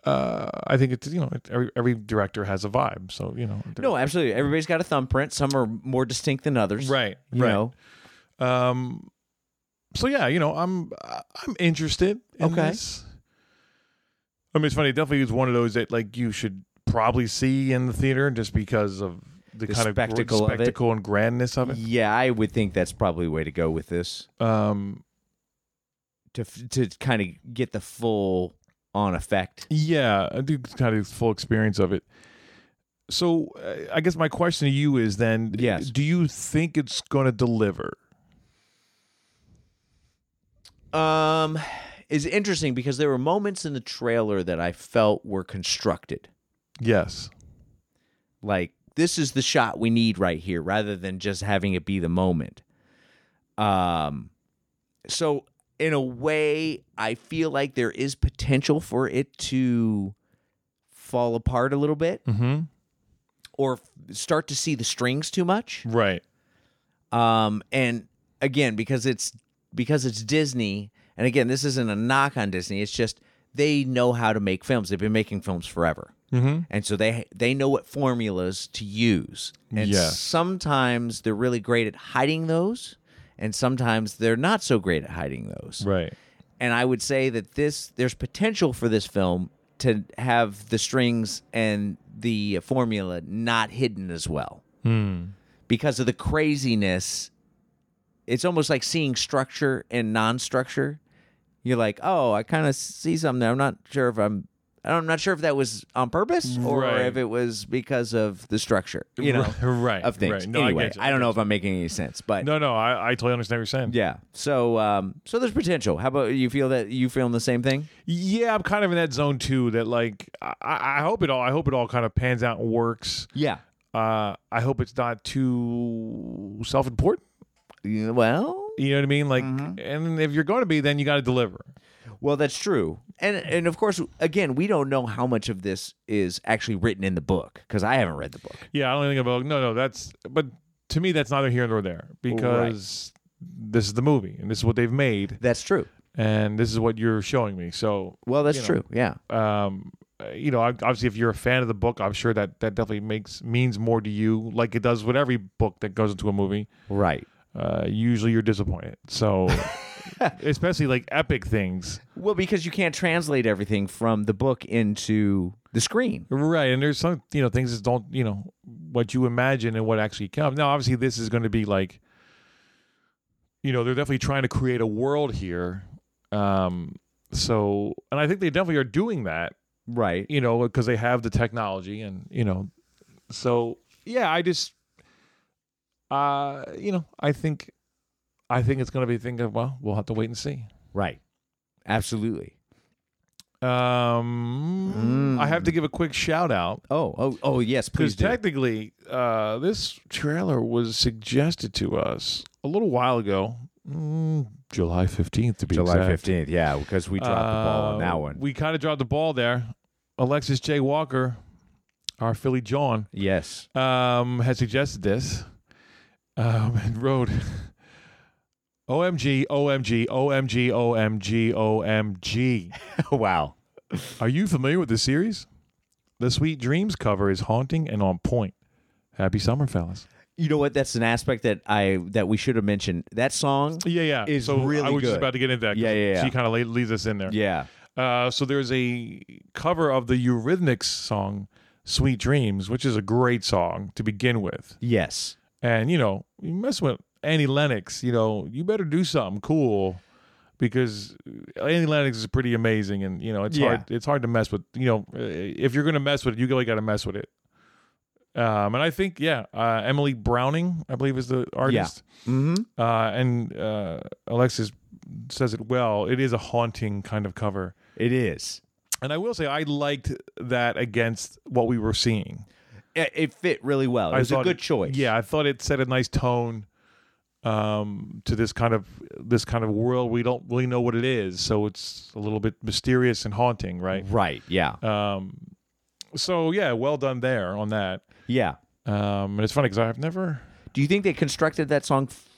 Speaker 2: uh, I think it's you know it, every every director has a vibe. So you know, there-
Speaker 1: No, absolutely. Everybody's got a thumbprint. Some are more distinct than others.
Speaker 2: right,
Speaker 1: You
Speaker 2: right.
Speaker 1: know.
Speaker 2: Um, so yeah, you know, I'm uh, I'm interested. In
Speaker 1: Okay.
Speaker 2: this. I mean, it's funny. It definitely is one of those that like you should probably see in the theater just because of the,
Speaker 1: The
Speaker 2: kind
Speaker 1: spectacle
Speaker 2: of
Speaker 1: of
Speaker 2: gr-
Speaker 1: it.
Speaker 2: spectacle and grandness of it.
Speaker 1: Yeah, I would think that's probably the way to go with this
Speaker 2: Um,
Speaker 1: to f- to kind of get the full on effect.
Speaker 2: Yeah, I do kind of full experience of it. So uh, I guess my question to you is then: uh,
Speaker 1: Yes.
Speaker 2: do you think it's going to deliver?
Speaker 1: Um, is interesting because there were moments in the trailer that I felt were constructed.
Speaker 2: Yes.
Speaker 1: like this is the shot we need right here rather than just having it be the moment um so in a way i feel like there is potential for it to fall apart a little bit
Speaker 2: Mm-hmm.
Speaker 1: or f- start to see the strings too much
Speaker 2: Right.
Speaker 1: um and again because it's because it's disney and again this isn't a knock on disney it's just they know how to make films they've been making films forever
Speaker 2: Mm-hmm.
Speaker 1: and so they they know what formulas to use and
Speaker 2: Yes.
Speaker 1: sometimes they're really great at hiding those and sometimes they're not so great at hiding those
Speaker 2: Right.
Speaker 1: and i would say that this there's potential for this film to have the strings and the
Speaker 2: Hmm.
Speaker 1: formula not hidden as well because of the craziness it's almost like seeing structure and non-structure. You're like, oh, I kind of see something. there. I'm not sure if I'm. I'm not sure if that was on purpose or
Speaker 2: Right.
Speaker 1: if it was because of the structure, you know,
Speaker 2: Right,
Speaker 1: of things.
Speaker 2: right. No, I
Speaker 1: anyway,
Speaker 2: get you,
Speaker 1: I,
Speaker 2: I
Speaker 1: don't
Speaker 2: get
Speaker 1: know if I'm making any sense, but
Speaker 2: No, no, I, I totally understand what you're saying.
Speaker 1: yeah. So, um, so there's potential. How about you? Feel that you feeling the same thing?
Speaker 2: Yeah, I'm kind of in that zone too. That like, I, I hope it all. I hope it all kind of pans out and works.
Speaker 1: Yeah.
Speaker 2: Uh, I hope it's not too self-important.
Speaker 1: Well,
Speaker 2: You know what I mean? Like,
Speaker 1: Mm-hmm.
Speaker 2: and if you're going to be, then you got to deliver.
Speaker 1: Well, that's true, and and of course, again, we don't know how much of this is actually written in the book because I haven't read the book.
Speaker 2: Yeah, I don't think about no, no. That's but to me, that's neither here nor there because this is the movie and this is what they've made
Speaker 1: That's true.
Speaker 2: and this is what you're showing me. So,
Speaker 1: Well, that's
Speaker 2: You know.
Speaker 1: true. Yeah,
Speaker 2: um, uh, you know, ob- obviously, if you're a fan of the book, I'm sure that that definitely makes means more to you, like it does with every book that goes into a movie.
Speaker 1: right.
Speaker 2: Uh, usually, you're disappointed. So, especially like epic things,
Speaker 1: Well, because you can't translate everything from the book into the screen.
Speaker 2: right? And there's some you know things that don't you know what you imagine and what actually comes. Now, obviously, this is going to be like, you know, they're definitely trying to create a world here. Um, so, and I think they definitely are doing that.
Speaker 1: Right.
Speaker 2: you know, because they have the technology and, you know, so yeah, I just, uh, you know, I think, I think it's going to be thinking, well, we'll have to wait and see.
Speaker 1: Right. Absolutely.
Speaker 2: Um, I have to give a quick shout out
Speaker 1: Oh, oh, oh, yes. Please
Speaker 2: because
Speaker 1: do.
Speaker 2: technically, uh, this trailer was suggested to us a little while ago, mm, July 15th to be exact.
Speaker 1: fifteenth. Yeah, because we
Speaker 2: Uh, We kind of dropped the ball there. Alexis J. Walker, our Philly John,
Speaker 1: yes.
Speaker 2: um, had suggested this um, and wrote OMG, OMG, OMG, OMG, OMG.
Speaker 1: wow.
Speaker 2: Are you familiar with the series? The Sweet Dreams cover is haunting and on point. Happy summer, fellas.
Speaker 1: You know what? That's an aspect that I that we should have mentioned. That song.
Speaker 2: Yeah, yeah.
Speaker 1: Is
Speaker 2: so
Speaker 1: really
Speaker 2: I was just
Speaker 1: good.
Speaker 2: about to get into that. 'cause
Speaker 1: Yeah, yeah, yeah.
Speaker 2: She kind of leaves us in there.
Speaker 1: Yeah.
Speaker 2: Uh, so there's a cover of the Eurythmics song "Sweet Dreams," which is a great song to begin with.
Speaker 1: Yes.
Speaker 2: And you know, you mess with Annie Lennox, you know, you better do something cool because Annie Lennox is pretty amazing, and you know, it's
Speaker 1: Yeah.
Speaker 2: hard it's hard to mess with. You know, uh, if you're gonna mess with it, you really got to mess with it. Um, and I think yeah, uh, Emily Browning, I believe, is the artist.
Speaker 1: Mm-hmm.
Speaker 2: Uh, and uh, Alexis says it well. It is a haunting kind of cover.
Speaker 1: It is.
Speaker 2: And I will say, I liked that against what we were seeing.
Speaker 1: it, it fit really well. It was
Speaker 2: thought
Speaker 1: a good
Speaker 2: it-
Speaker 1: choice.
Speaker 2: Yeah, I thought it set a nice tone um, to this kind of this kind of world. We don't really know what it is, so it's a little bit mysterious and haunting, right?
Speaker 1: Right. Yeah.
Speaker 2: Um, so yeah, well done there on that.
Speaker 1: yeah.
Speaker 2: Um, and it's funny because I've never.
Speaker 1: Do you think they constructed that song? F-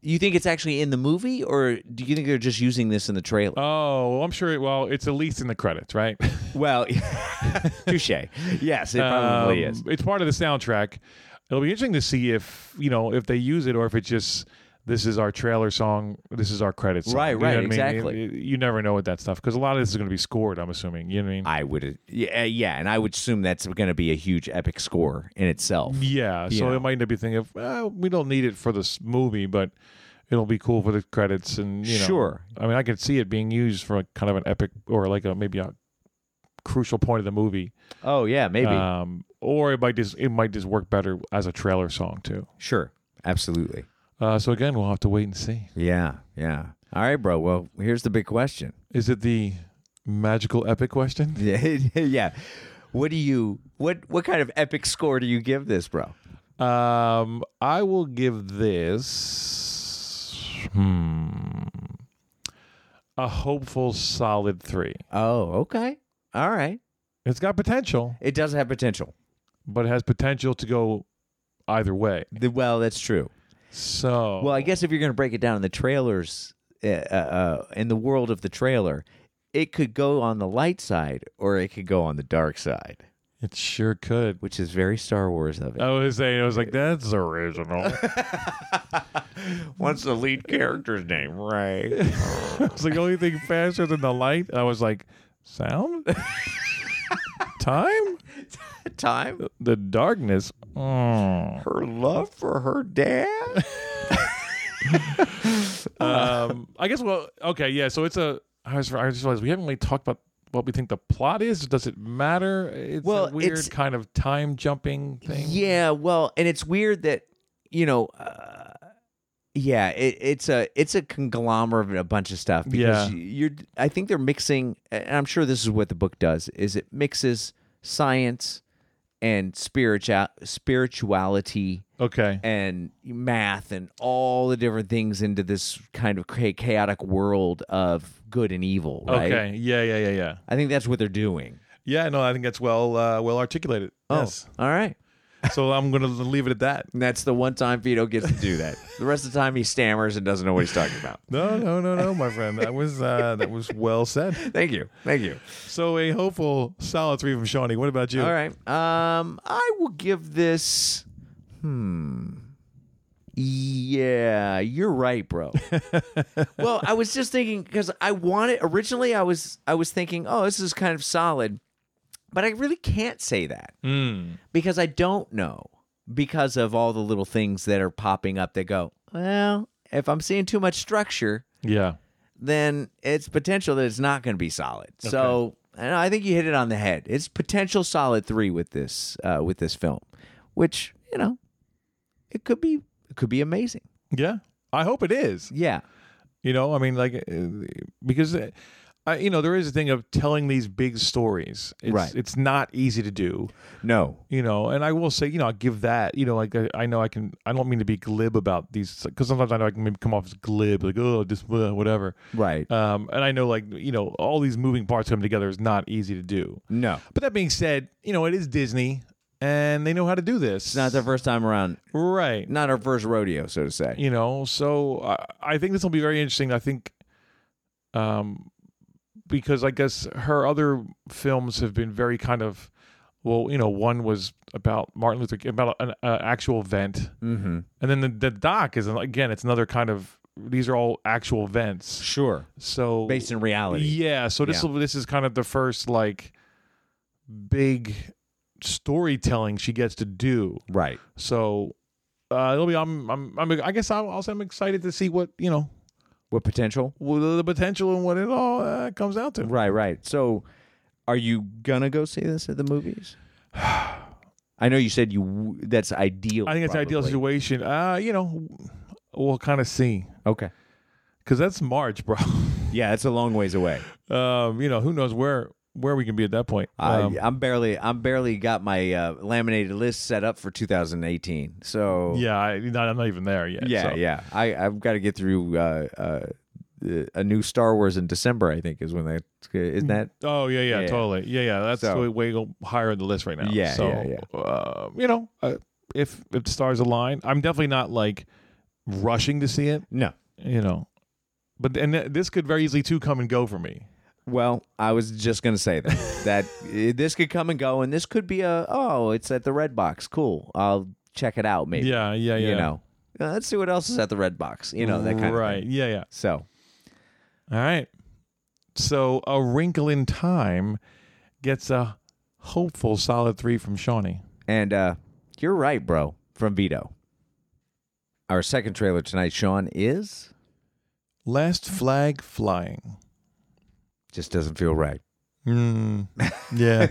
Speaker 1: you think it's actually in the movie, or do you think they're just using this in the trailer?
Speaker 2: Oh, well, I'm sure. It, well, it's at least in the credits, right?
Speaker 1: well, touche. Yes, it probably
Speaker 2: Um,
Speaker 1: is.
Speaker 2: It's part of the soundtrack. It'll be interesting to see if you know if they use it or if it's just this is our trailer song. This is our credits. song.
Speaker 1: Right,
Speaker 2: You know
Speaker 1: right,
Speaker 2: what I mean?
Speaker 1: exactly.
Speaker 2: It- it- you never know with that stuff because a lot of this is going to be scored. I'm assuming. You know what I mean?
Speaker 1: I would, uh, yeah, yeah, and I would assume that's going to be a huge epic score in itself.
Speaker 2: yeah. So
Speaker 1: Yeah.
Speaker 2: it might not be thinking of "Ah, we don't need it for this movie, but it'll be cool for the credits and you know.
Speaker 1: Sure.
Speaker 2: I mean, I could see it being used for like kind of an epic or like a maybe a crucial point of the movie.
Speaker 1: Oh yeah, maybe.
Speaker 2: Um, or it might just it might just work better as a trailer song too.
Speaker 1: sure, absolutely.
Speaker 2: Uh, so again, we'll have to wait and see.
Speaker 1: Yeah, yeah. All right, bro. Well, here's the big question.
Speaker 2: Is it the magical epic question?
Speaker 1: Yeah, yeah. What do you what what kind of epic score do you give this, bro?
Speaker 2: Um, I will give this hmm, a hopeful solid three.
Speaker 1: Oh, okay. All right.
Speaker 2: It's got potential,
Speaker 1: It does have potential.
Speaker 2: but it has potential to go either way.
Speaker 1: The- well, that's true.
Speaker 2: So
Speaker 1: Well, I guess if you're going to break it down in the trailers, uh, uh, uh, in the world of the trailer, it could go on the light side or it could go on the dark side,
Speaker 2: it sure could.
Speaker 1: which is very Star Wars of it.
Speaker 2: I was saying, I was like, that's original. I
Speaker 1: What's the lead character's name, right?
Speaker 2: was like, only thing faster than the light. I was like, sound, time,
Speaker 1: Time.
Speaker 2: the darkness. Mm.
Speaker 1: Her love for her dad.
Speaker 2: um, I guess. Well, okay, yeah. So it's a. I was. I just realized we haven't really talked about what we think the plot is. Does it matter? It's
Speaker 1: Well,
Speaker 2: a weird
Speaker 1: it's-
Speaker 2: kind of time jumping thing.
Speaker 1: Yeah, well, and it's weird that you know, uh, yeah, it, it's a it's a conglomerate of a bunch of stuff because
Speaker 2: Yeah.
Speaker 1: you're. I think they're mixing, and I'm sure this is what the book does: is it mixes science and spiritual spirituality
Speaker 2: Okay.
Speaker 1: and math and all the different things into this kind of cha- chaotic world of good and evil. Right?
Speaker 2: Okay. Yeah. Yeah. Yeah. Yeah.
Speaker 1: I think that's what they're doing.
Speaker 2: Yeah. No, I think that's well uh, well articulated. Yes.
Speaker 1: Oh, all right.
Speaker 2: so I'm going to leave it at that.
Speaker 1: And that's the one time Vito gets to do that. the rest of the time he stammers and doesn't know what he's talking about.
Speaker 2: No, no, no, no, my friend. That was uh, that was well said.
Speaker 1: Thank you. Thank you.
Speaker 2: So a hopeful solid three from Shawnee. What about you?
Speaker 1: All right. Um I will give this hmm yeah, you're right, bro. well, I was just thinking cuz I wanted originally I was I was thinking, "Oh, this is kind of solid." But I really can't say that
Speaker 2: Mm.
Speaker 1: because I don't know because of all the little things that are popping up that go, "Well, if I'm seeing too much structure,
Speaker 2: Yeah.
Speaker 1: then it's potential that it's not going to be solid. So and I think you hit it on the head. It's potential solid three with this uh, with this film, which you know, it could be it could be amazing.
Speaker 2: Yeah. I hope it is.
Speaker 1: Yeah,
Speaker 2: You know, I mean, like, uh, because, uh, I, you know, there is a thing of telling these big stories. It's,
Speaker 1: Right.
Speaker 2: It's not easy to do,
Speaker 1: no,
Speaker 2: you know, and I will say, you know, I'll give that, you know, like, I, I know I can, I don't mean to be glib about these, because sometimes I know I can maybe come off as glib, like, oh, just uh, whatever.
Speaker 1: right,
Speaker 2: Um, and I know, like, you know, all these moving parts come together is not easy to do.
Speaker 1: no.
Speaker 2: But that being said, you know, it is Disney and they know how to do this.
Speaker 1: It's not their first time around,
Speaker 2: Right.
Speaker 1: not our first rodeo, so to say.
Speaker 2: you know so I, I think this will be very interesting i think um because i guess her other films have been very kind of well you know one was about martin luther king about an uh, actual event
Speaker 1: Mm-hmm.
Speaker 2: and then the, the doc is again it's another kind of these are all actual events
Speaker 1: Sure,
Speaker 2: so
Speaker 1: based in reality.
Speaker 2: yeah so this
Speaker 1: Yeah.
Speaker 2: will this is kind of the first like big storytelling she gets to do
Speaker 1: Right.
Speaker 2: so uh, it'll be. I'm. I'm. I'm I guess I'm also. I'm excited to see what you know,
Speaker 1: What potential?
Speaker 2: what the potential and what it all uh, comes out to.
Speaker 1: Right, right. So, are you gonna go see this at the movies? I know you said you. w- That's ideal.
Speaker 2: I think it's an ideal
Speaker 1: probably.
Speaker 2: situation. Uh, you know, we'll kind of see
Speaker 1: Okay.
Speaker 2: because that's March, bro.
Speaker 1: Yeah, it's a long ways away.
Speaker 2: um, you know, who knows where where we can be at that point. Um,
Speaker 1: I, I'm barely, I'm barely got my uh, laminated list set up for 2018. So
Speaker 2: yeah, I, not, I'm not even there yet.
Speaker 1: yeah,
Speaker 2: so.
Speaker 1: yeah. I, I've got to get through uh, uh, the- a new Star Wars in December. I think is when that isn't that.
Speaker 2: Oh yeah, yeah,
Speaker 1: Yeah.
Speaker 2: totally. Yeah, yeah. That's
Speaker 1: So-
Speaker 2: way, way go- higher on the list right now.
Speaker 1: Yeah,
Speaker 2: so,
Speaker 1: yeah,
Speaker 2: Uh, you know, uh, if if the stars align, I'm definitely not like rushing to see it.
Speaker 1: No.
Speaker 2: you know. But and th- this could very easily too come and go for me.
Speaker 1: Well, I was just gonna say that that uh, this could come and go, and this could be a oh, it's at the Red Box. Cool, I'll check it out. Maybe
Speaker 2: Yeah, yeah, yeah.
Speaker 1: you know. Uh, Let's see what else is at the Red Box. You know that kind of
Speaker 2: right.
Speaker 1: thing.
Speaker 2: Yeah, yeah.
Speaker 1: So
Speaker 2: All right. So a wrinkle in time gets a hopeful solid three from Shawnee.
Speaker 1: And uh, you're right, bro, from Vito. Our second trailer tonight, Sean, is
Speaker 2: Last flag flying.
Speaker 1: just doesn't feel right.
Speaker 2: Mm. Yeah.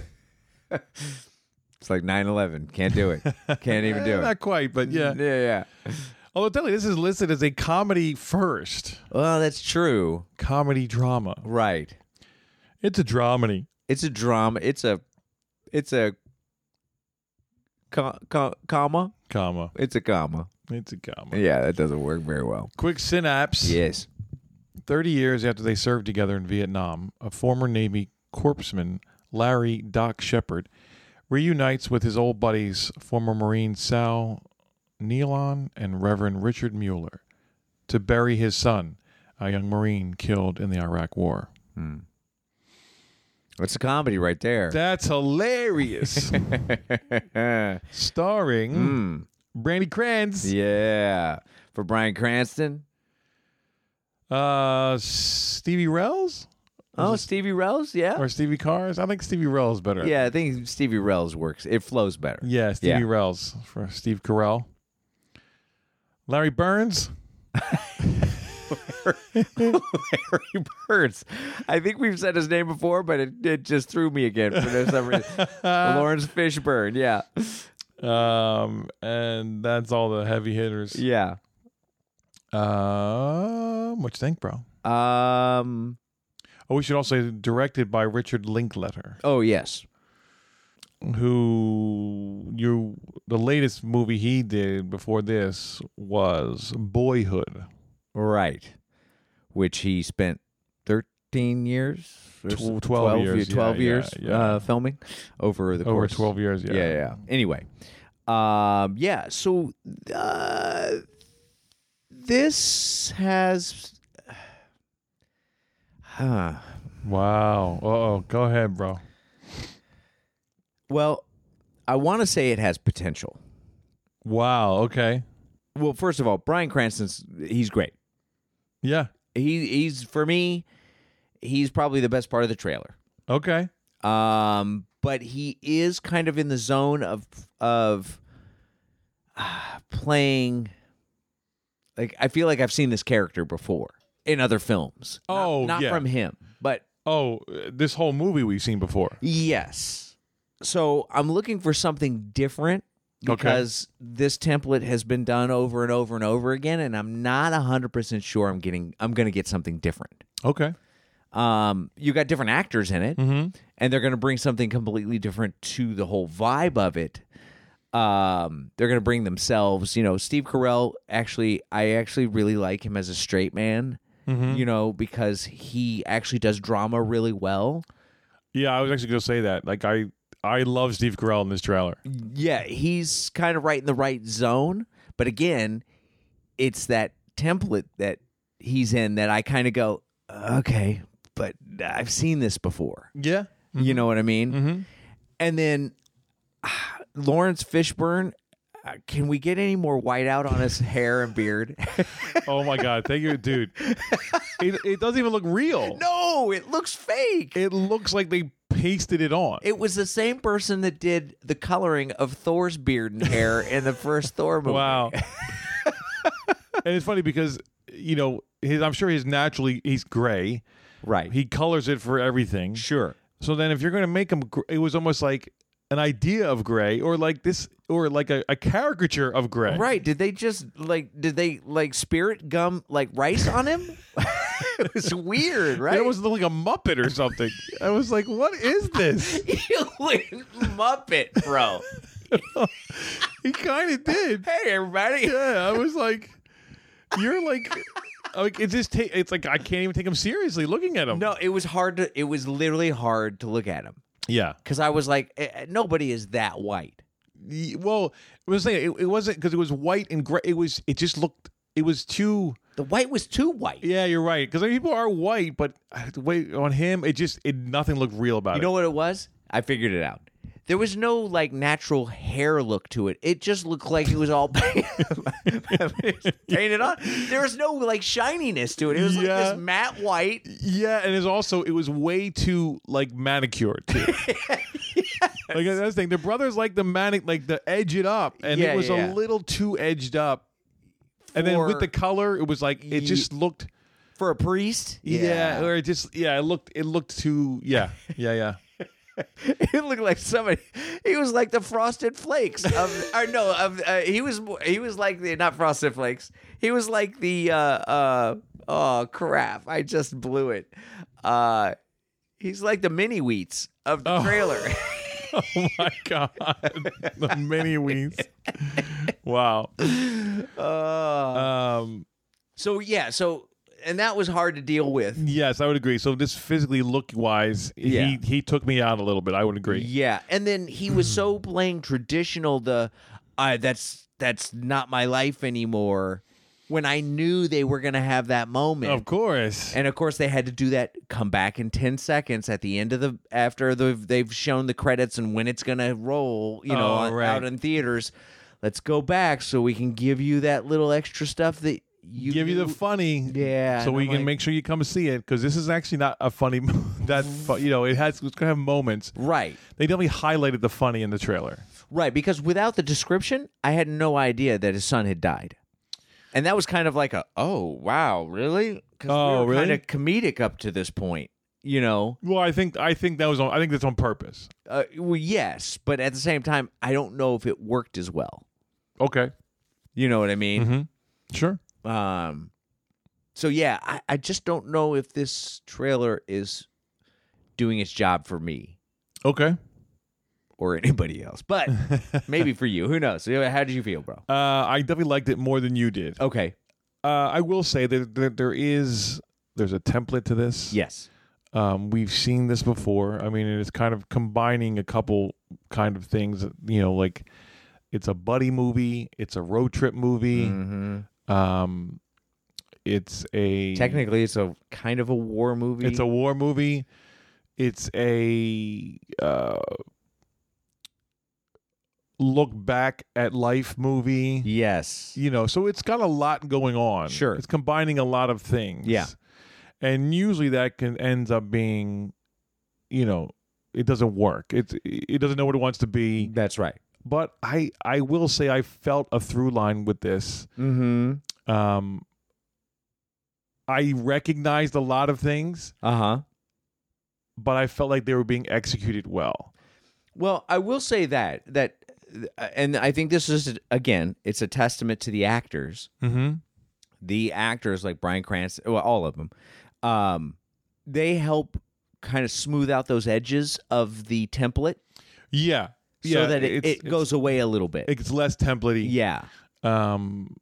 Speaker 1: It's like 9 11. Can't do it. Can't even do it.
Speaker 2: Eh, Not quite, but yeah.
Speaker 1: Yeah, yeah.
Speaker 2: Although tell you, this is listed as a comedy first.
Speaker 1: Well, that's true.
Speaker 2: Comedy drama.
Speaker 1: Right.
Speaker 2: It's a dramedy.
Speaker 1: It's a drama. It's a, it's a, co- co- comma.
Speaker 2: Comma.
Speaker 1: It's a comma.
Speaker 2: It's a comma.
Speaker 1: Yeah, that doesn't work very well.
Speaker 2: Quick synapse.
Speaker 1: Yes.
Speaker 2: 30 years after they served together in Vietnam, a former Navy corpsman, Larry Doc Shepard, reunites with his old buddies, former Marine Sal Nealon and Reverend Richard Mueller, to bury his son, a young Marine killed in the Iraq War.
Speaker 1: It's a comedy right there.
Speaker 2: That's hilarious.
Speaker 1: Uh,
Speaker 2: Hmm. Starring
Speaker 1: Mm.
Speaker 2: Brandy Kranz,
Speaker 1: Yeah. For Brian Cranston.
Speaker 2: uh, Stevie Rells,
Speaker 1: Oh, Stevie Rose. Yeah.
Speaker 2: or Stevie Cars. I think Stevie Rells better.
Speaker 1: Yeah, I think Stevie Rells works. It flows better.
Speaker 2: Yeah, Stevie
Speaker 1: Yeah.
Speaker 2: Rells for Steve Carell. Larry Burns,
Speaker 1: Larry Burns. I think we've said his name before, but it, it just threw me again for no some reason. Lawrence Fishburne. Yeah.
Speaker 2: Um, and that's all the heavy hitters.
Speaker 1: Yeah.
Speaker 2: Um, what you think, bro?
Speaker 1: Um.
Speaker 2: Oh, we should also say directed by Richard Linkletter,
Speaker 1: Oh yes.
Speaker 2: who you the latest movie he did before this was Boyhood.
Speaker 1: Right. Which he spent 13 years, or
Speaker 2: Tw-
Speaker 1: s-
Speaker 2: 12
Speaker 1: 12
Speaker 2: years, yeah,
Speaker 1: 12
Speaker 2: yeah,
Speaker 1: years
Speaker 2: yeah.
Speaker 1: Uh, filming over the
Speaker 2: Over
Speaker 1: course.
Speaker 2: twelve years, yeah.
Speaker 1: Yeah, yeah. Anyway, um, yeah. So uh, this has, huh?
Speaker 2: Wow. Oh, go ahead, bro.
Speaker 1: Well, I want to say it has potential.
Speaker 2: Wow. Okay.
Speaker 1: Well, first of all, Brian Cranston's he's great.
Speaker 2: Yeah.
Speaker 1: He he's for me, he's probably the best part of the trailer.
Speaker 2: Okay.
Speaker 1: Um, but he is kind of in the zone of of ah, playing. Like I feel like I've seen this character before in other films. Not-
Speaker 2: Oh,
Speaker 1: not,
Speaker 2: yeah.
Speaker 1: from him, but
Speaker 2: Oh, uh, this whole movie we've seen before.
Speaker 1: yes. So I'm looking for something different
Speaker 2: Okay.
Speaker 1: because this template has been done over and over and over again, and I'm not hundred percent sure I'm getting I'm going to get something different.
Speaker 2: Okay.
Speaker 1: um, you got different actors in it, and they're going to bring something completely different to the whole vibe of it. Um, they're going to bring themselves. You know, Steve Carell. Actually, I actually really like him as a straight man. You know, because he actually does drama really well.
Speaker 2: Yeah, I was actually going to say that. Like, I I love Steve Carell in this trailer.
Speaker 1: Yeah, he's kind of right in the right zone. But again, it's that template that he's in that I kind of go, okay, but I've seen this before.
Speaker 2: Yeah.
Speaker 1: You know what I
Speaker 2: Mm-hmm.
Speaker 1: mean? And then ah, Lawrence Fishburne. uh, Can we get any more white out on his hair and beard?
Speaker 2: Oh my God! Thank you, dude. It, it doesn't even look real.
Speaker 1: no, it looks fake. It,
Speaker 2: It looks like they pasted it on.
Speaker 1: was the same person that did the coloring of Thor's beard and hair in the first Thor movie.
Speaker 2: wow. and it's funny because you know his. I'm sure he's naturally he's gray.
Speaker 1: Right.
Speaker 2: He colors it for everything.
Speaker 1: sure.
Speaker 2: So then, if you're going to make him, gr- it was almost like an idea of gray, or like this, or like a, a caricature of gray.
Speaker 1: Right. Did they just like did they like spirit gum like rice on him? it was weird, right?
Speaker 2: It was like a Muppet or something. I was like, what is this?
Speaker 1: you little Muppet, bro.
Speaker 2: He kind of did.
Speaker 1: hey everybody.
Speaker 2: Yeah, I was like, you're like, like it's just. Ta- it's like I can't even take him seriously looking at him.
Speaker 1: No, it was hard to. It was literally hard to look at him
Speaker 2: Yeah.
Speaker 1: because I was like, eh, eh, nobody is that white.
Speaker 2: Y- Well, I was saying it, it wasn't because it was white and gray. It was. It just looked. It was too.
Speaker 1: The white was too white.
Speaker 2: Yeah, you're right. Because people are white, but uh, the way on him, it just it nothing looked real about
Speaker 1: You
Speaker 2: it.
Speaker 1: know what it was? I figured it out. There was no like natural hair look to it. It just looked like it was all painted on. There was no like shininess to it. It was like
Speaker 2: Yeah.
Speaker 1: this matte white.
Speaker 2: Yeah, and it's also it was way too like manicured too. Like that's the thing. The brothers like the manic like the edge it up, and
Speaker 1: Yeah,
Speaker 2: it was
Speaker 1: yeah.
Speaker 2: a little too edged up. And then with
Speaker 1: For-
Speaker 2: the color, it was like it
Speaker 1: Ye-
Speaker 2: just looked
Speaker 1: For a priest,
Speaker 2: yeah. or it just yeah, it looked it looked too yeah yeah yeah.
Speaker 1: it looked like somebody. He was like the frosted flakes of, or no, of uh, he was mo- he was like the not frosted flakes. He was like the uh, uh oh crap! I just blew it. Uh, he's like the mini wheats of the trailer.
Speaker 2: Oh my god, the mini wings. Wow. Um.
Speaker 1: Oh. so yeah, so and that was hard to deal with.
Speaker 2: Yes, I would agree. So just physically look wise,
Speaker 1: Yeah.
Speaker 2: he he took me out a little bit. I would agree.
Speaker 1: Yeah, and then he was so playing traditional. The uh, that's that's not my life anymore. When I knew they were gonna have that moment,
Speaker 2: Of course.
Speaker 1: And of course, they had to do that. Come back in ten seconds at the end of the after the they've shown the credits and when it's gonna roll. You know,
Speaker 2: Oh,
Speaker 1: on-
Speaker 2: right.
Speaker 1: out in theaters. Let's go back so we can give you that little extra stuff that you
Speaker 2: give you the funny.
Speaker 1: Yeah,
Speaker 2: So
Speaker 1: and
Speaker 2: we
Speaker 1: I'm
Speaker 2: can
Speaker 1: like-
Speaker 2: make sure you come see it because this is actually not a funny. mo- that fu- you know it has it's gonna have moments.
Speaker 1: right,
Speaker 2: They definitely highlighted the funny in the trailer.
Speaker 1: right. Because without the description, I had no idea that his son had died. And that was kind of like a, oh wow, really? 'Cause
Speaker 2: Oh,
Speaker 1: we were Kind
Speaker 2: really?
Speaker 1: of comedic up to this point, you know.
Speaker 2: Well, I think I think that was on, I think that's on purpose.
Speaker 1: Uh, well, yes, but at the same time, I don't know if it worked as well.
Speaker 2: Okay,
Speaker 1: You know what I mean?
Speaker 2: sure.
Speaker 1: Um, so yeah, I, I just don't know if this trailer is doing its job for me
Speaker 2: Okay.
Speaker 1: or anybody else, but maybe for you. Who knows? How did you feel, bro?
Speaker 2: Uh, I definitely liked it more than you did.
Speaker 1: Okay.
Speaker 2: Uh, I will say that there, there is there's a template to this.
Speaker 1: Yes.
Speaker 2: Um, we've seen this before. I mean, it's kind of combining a couple kind of things. You know, like it's a buddy movie, it's a road trip movie. Um, it's a
Speaker 1: Technically, it's a kind of a war movie.
Speaker 2: It's a war movie. It's a uh, look back at life movie.
Speaker 1: yes.
Speaker 2: You know, so it's got a lot going on.
Speaker 1: Sure.
Speaker 2: it's combining a lot of things.
Speaker 1: Yeah.
Speaker 2: and usually that can ends up being, you know, it doesn't work. It it doesn't know what it wants to be.
Speaker 1: That's right.
Speaker 2: But I I will say I felt a through line with this.
Speaker 1: Mm-hmm.
Speaker 2: Um, I recognized a lot of things
Speaker 1: Uh huh.
Speaker 2: but I felt like they were being executed well.
Speaker 1: Well, I will say that that, uh, and I think this is again, it's a testament to the actors.
Speaker 2: Mm-hmm.
Speaker 1: The actors like Brian Cranston, well, all of them, um, they help kind of smooth out those edges of the template
Speaker 2: Yeah.
Speaker 1: so
Speaker 2: yeah,
Speaker 1: that it,
Speaker 2: it's-
Speaker 1: it goes away a little bit.
Speaker 2: It's, it's less templatey.
Speaker 1: yeah.
Speaker 2: Um,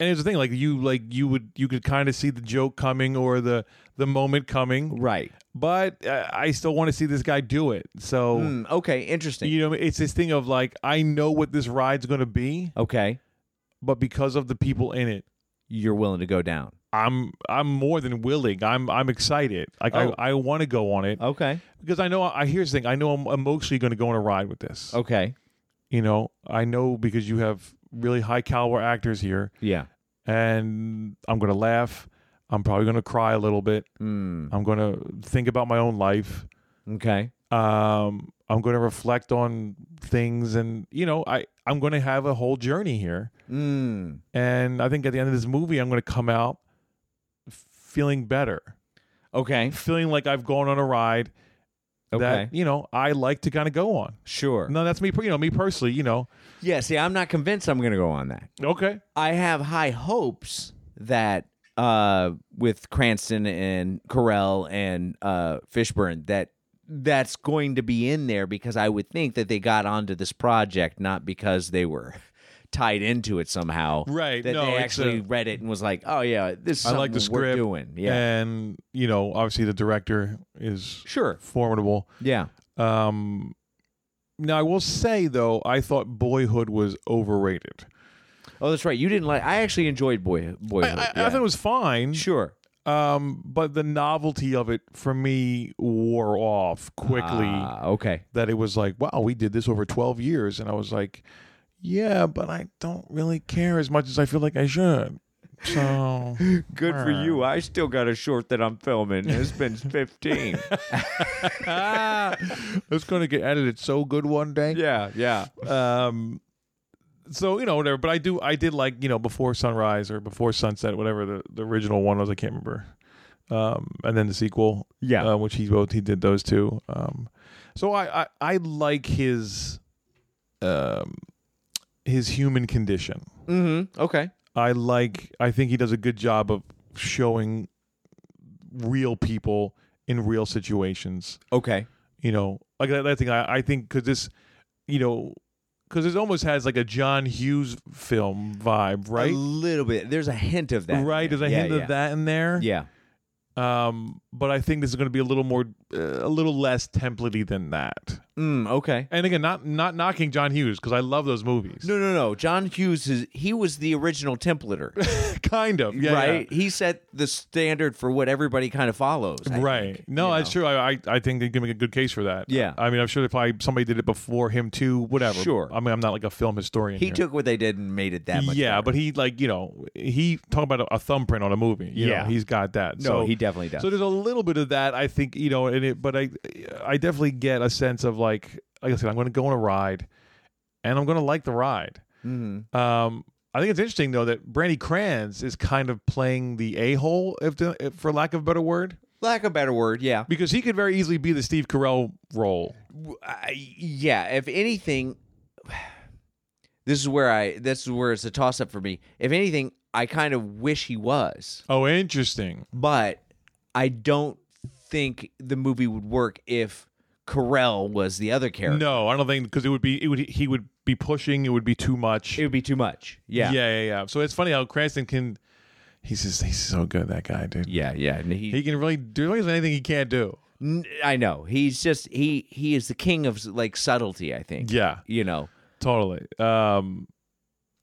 Speaker 2: and it's the thing, like you, like you would, you could kind of see the joke coming or the the moment coming,
Speaker 1: Right.
Speaker 2: but uh, I still want to see this guy do it. So
Speaker 1: Mm, okay. Interesting.
Speaker 2: Oh. you know, it's this thing of like I know what this ride's going to be,
Speaker 1: okay.
Speaker 2: but because of the people in it,
Speaker 1: You're willing to go down.
Speaker 2: I'm I'm more than willing. I'm I'm excited. Like
Speaker 1: Oh.
Speaker 2: I, I want to go on it
Speaker 1: Okay.
Speaker 2: because I know I here's the thing. I know I'm emotionally going to go on a ride with this.
Speaker 1: Okay.
Speaker 2: you know i know because you have really high caliber actors here
Speaker 1: Yeah.
Speaker 2: and i'm going to laugh i'm probably going to cry a little bit
Speaker 1: Mm,
Speaker 2: i'm going to think about my own life
Speaker 1: okay.
Speaker 2: um, i'm going to reflect on things and you know i i'm going to have a whole journey here
Speaker 1: Mm.
Speaker 2: and i think at the end of this movie i'm going to come out feeling better
Speaker 1: Okay.
Speaker 2: feeling like i've gone on a ride
Speaker 1: Okay.
Speaker 2: that you know i like to kind of go on
Speaker 1: sure.
Speaker 2: no that's me per- you know me personally you know
Speaker 1: Yeah. See, I'm not convinced I'm going to go on that.
Speaker 2: okay
Speaker 1: I have high hopes that uh, with Cranston and Carell and uh, Fishburne that that's going to be in there because I would think that they got onto this project not because they were tied into it somehow.
Speaker 2: Right,
Speaker 1: That
Speaker 2: no,
Speaker 1: they
Speaker 2: it's
Speaker 1: actually
Speaker 2: a-
Speaker 1: read it and was like, oh yeah, this is
Speaker 2: I like the
Speaker 1: something we're
Speaker 2: script.
Speaker 1: doing. Yeah.
Speaker 2: And, you know, obviously the director is
Speaker 1: sure.
Speaker 2: formidable.
Speaker 1: Yeah.
Speaker 2: Um now I will say though, I thought Boyhood was overrated.
Speaker 1: Oh, that's right. You didn't like. I actually enjoyed Boy
Speaker 2: I,
Speaker 1: Boyhood.
Speaker 2: I,
Speaker 1: yeah.
Speaker 2: I thought it was fine.
Speaker 1: sure.
Speaker 2: Um, but the novelty of it for me wore off quickly.
Speaker 1: Ah, okay.
Speaker 2: that it was like, wow, we did this over twelve years, and I was like, yeah, but I don't really care as much as I feel like I should. So
Speaker 1: Good for you. I still got a short that I'm filming. It's been 15.
Speaker 2: it's going to get edited so good one day.
Speaker 1: yeah, yeah.
Speaker 2: um so you know whatever but i do i did like you know before sunrise or before sunset whatever the, the original one was i can't remember um and then the sequel
Speaker 1: Yeah.
Speaker 2: uh, which he both he did those two um so i i, I like his um his human condition
Speaker 1: Mm-hmm. Okay.
Speaker 2: i like i think he does a good job of showing real people in real situations
Speaker 1: Okay.
Speaker 2: you know like that, that thing i, I think because this you know because it almost has like a john hughes film vibe
Speaker 1: A
Speaker 2: right
Speaker 1: little bit. There's a hint of that. in
Speaker 2: right
Speaker 1: there.
Speaker 2: there's a
Speaker 1: yeah,
Speaker 2: hint
Speaker 1: yeah.
Speaker 2: of that in there
Speaker 1: Yeah.
Speaker 2: um but i think this is going to be a little more uh, a little less templatey than that
Speaker 1: Mm, okay.
Speaker 2: and again not not knocking john hughes because i love those movies
Speaker 1: No, no, no. John Hughes is he was the original templater,
Speaker 2: kind of yeah, yeah.
Speaker 1: right? He set the standard for what everybody kind of follows. I
Speaker 2: Right.
Speaker 1: think,
Speaker 2: no,
Speaker 1: you
Speaker 2: that's
Speaker 1: know?
Speaker 2: true. I, I I think they can make a good case for that.
Speaker 1: Yeah.
Speaker 2: I mean, I'm sure if I somebody did it before him too, whatever.
Speaker 1: Sure.
Speaker 2: I mean, I'm not like a film historian.
Speaker 1: He
Speaker 2: here.
Speaker 1: took what they did and made it that much.
Speaker 2: yeah,
Speaker 1: better.
Speaker 2: but he like you know he talk about a, a thumbprint on a movie. you know,
Speaker 1: Yeah.
Speaker 2: he's got that.
Speaker 1: No,
Speaker 2: so,
Speaker 1: he definitely does.
Speaker 2: So there's a little bit of that I think you know in it, but I I definitely get a sense of like like I said I'm going to go on a ride, and I'm going to like the ride.
Speaker 1: Mhm.
Speaker 2: Um, I think it's interesting though that Brandy Kranz is kind of playing the a hole, if, the- if for lack of a better word,
Speaker 1: Lack of a better word, yeah.
Speaker 2: because he could very easily be the Steve Carell role.
Speaker 1: I, yeah, if anything, this is where I this is where it's a toss up for me. If anything, I kind of wish he was,
Speaker 2: Oh, interesting.
Speaker 1: but I don't think the movie would work if Carell was the other character.
Speaker 2: No, I don't think because it would be it would he would be pushing. It would be too much.
Speaker 1: it would be too much. Yeah,
Speaker 2: yeah, yeah, yeah. So it's funny how Cranston can. He's just he's so good that guy, dude.
Speaker 1: yeah, yeah. and he-
Speaker 2: He can really do there isn't anything he can't do.
Speaker 1: N- I know he's just he he is the king of like subtlety. I think.
Speaker 2: Yeah.
Speaker 1: you know.
Speaker 2: Totally. Um,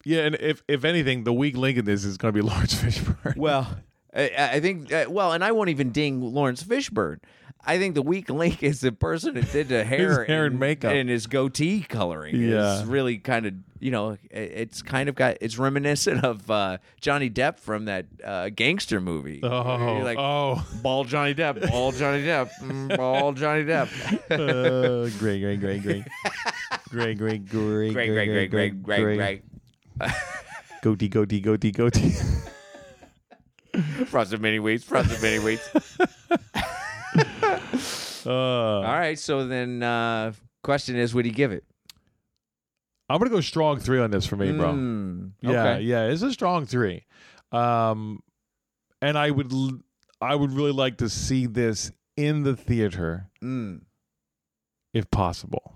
Speaker 2: yeah, and if if anything, the weak link in this is going to be Lawrence Fishburne.
Speaker 1: Well, I, I think uh, well, and I won't even ding Lawrence Fishburne. I think the weak link is the person that did the hair,
Speaker 2: hair and makeup.
Speaker 1: and his goatee coloring.
Speaker 2: Yeah.
Speaker 1: it's really kind of you know it- it's kind of got it's reminiscent of uh, Johnny Depp from that uh, gangster movie.
Speaker 2: oh,
Speaker 1: You're like,
Speaker 2: oh,
Speaker 1: ball Johnny Depp, ball Johnny Depp, mm, ball Johnny Depp.
Speaker 2: uh, great, great, great, great, great, great, great,
Speaker 1: Great, great, great, great, great, great.
Speaker 2: goatee, goatee, goatee, goatee.
Speaker 1: Frosted mini wheats, frosted mini wheats.
Speaker 2: Uh,
Speaker 1: All right, so then uh, question is, would he give it?
Speaker 2: I'm gonna go strong three on this for me, bro.
Speaker 1: Mm,
Speaker 2: Yeah,
Speaker 1: okay.
Speaker 2: yeah, it's a strong three. Um, and I would, l- I would really like to see this in the theater
Speaker 1: Mm,
Speaker 2: if possible.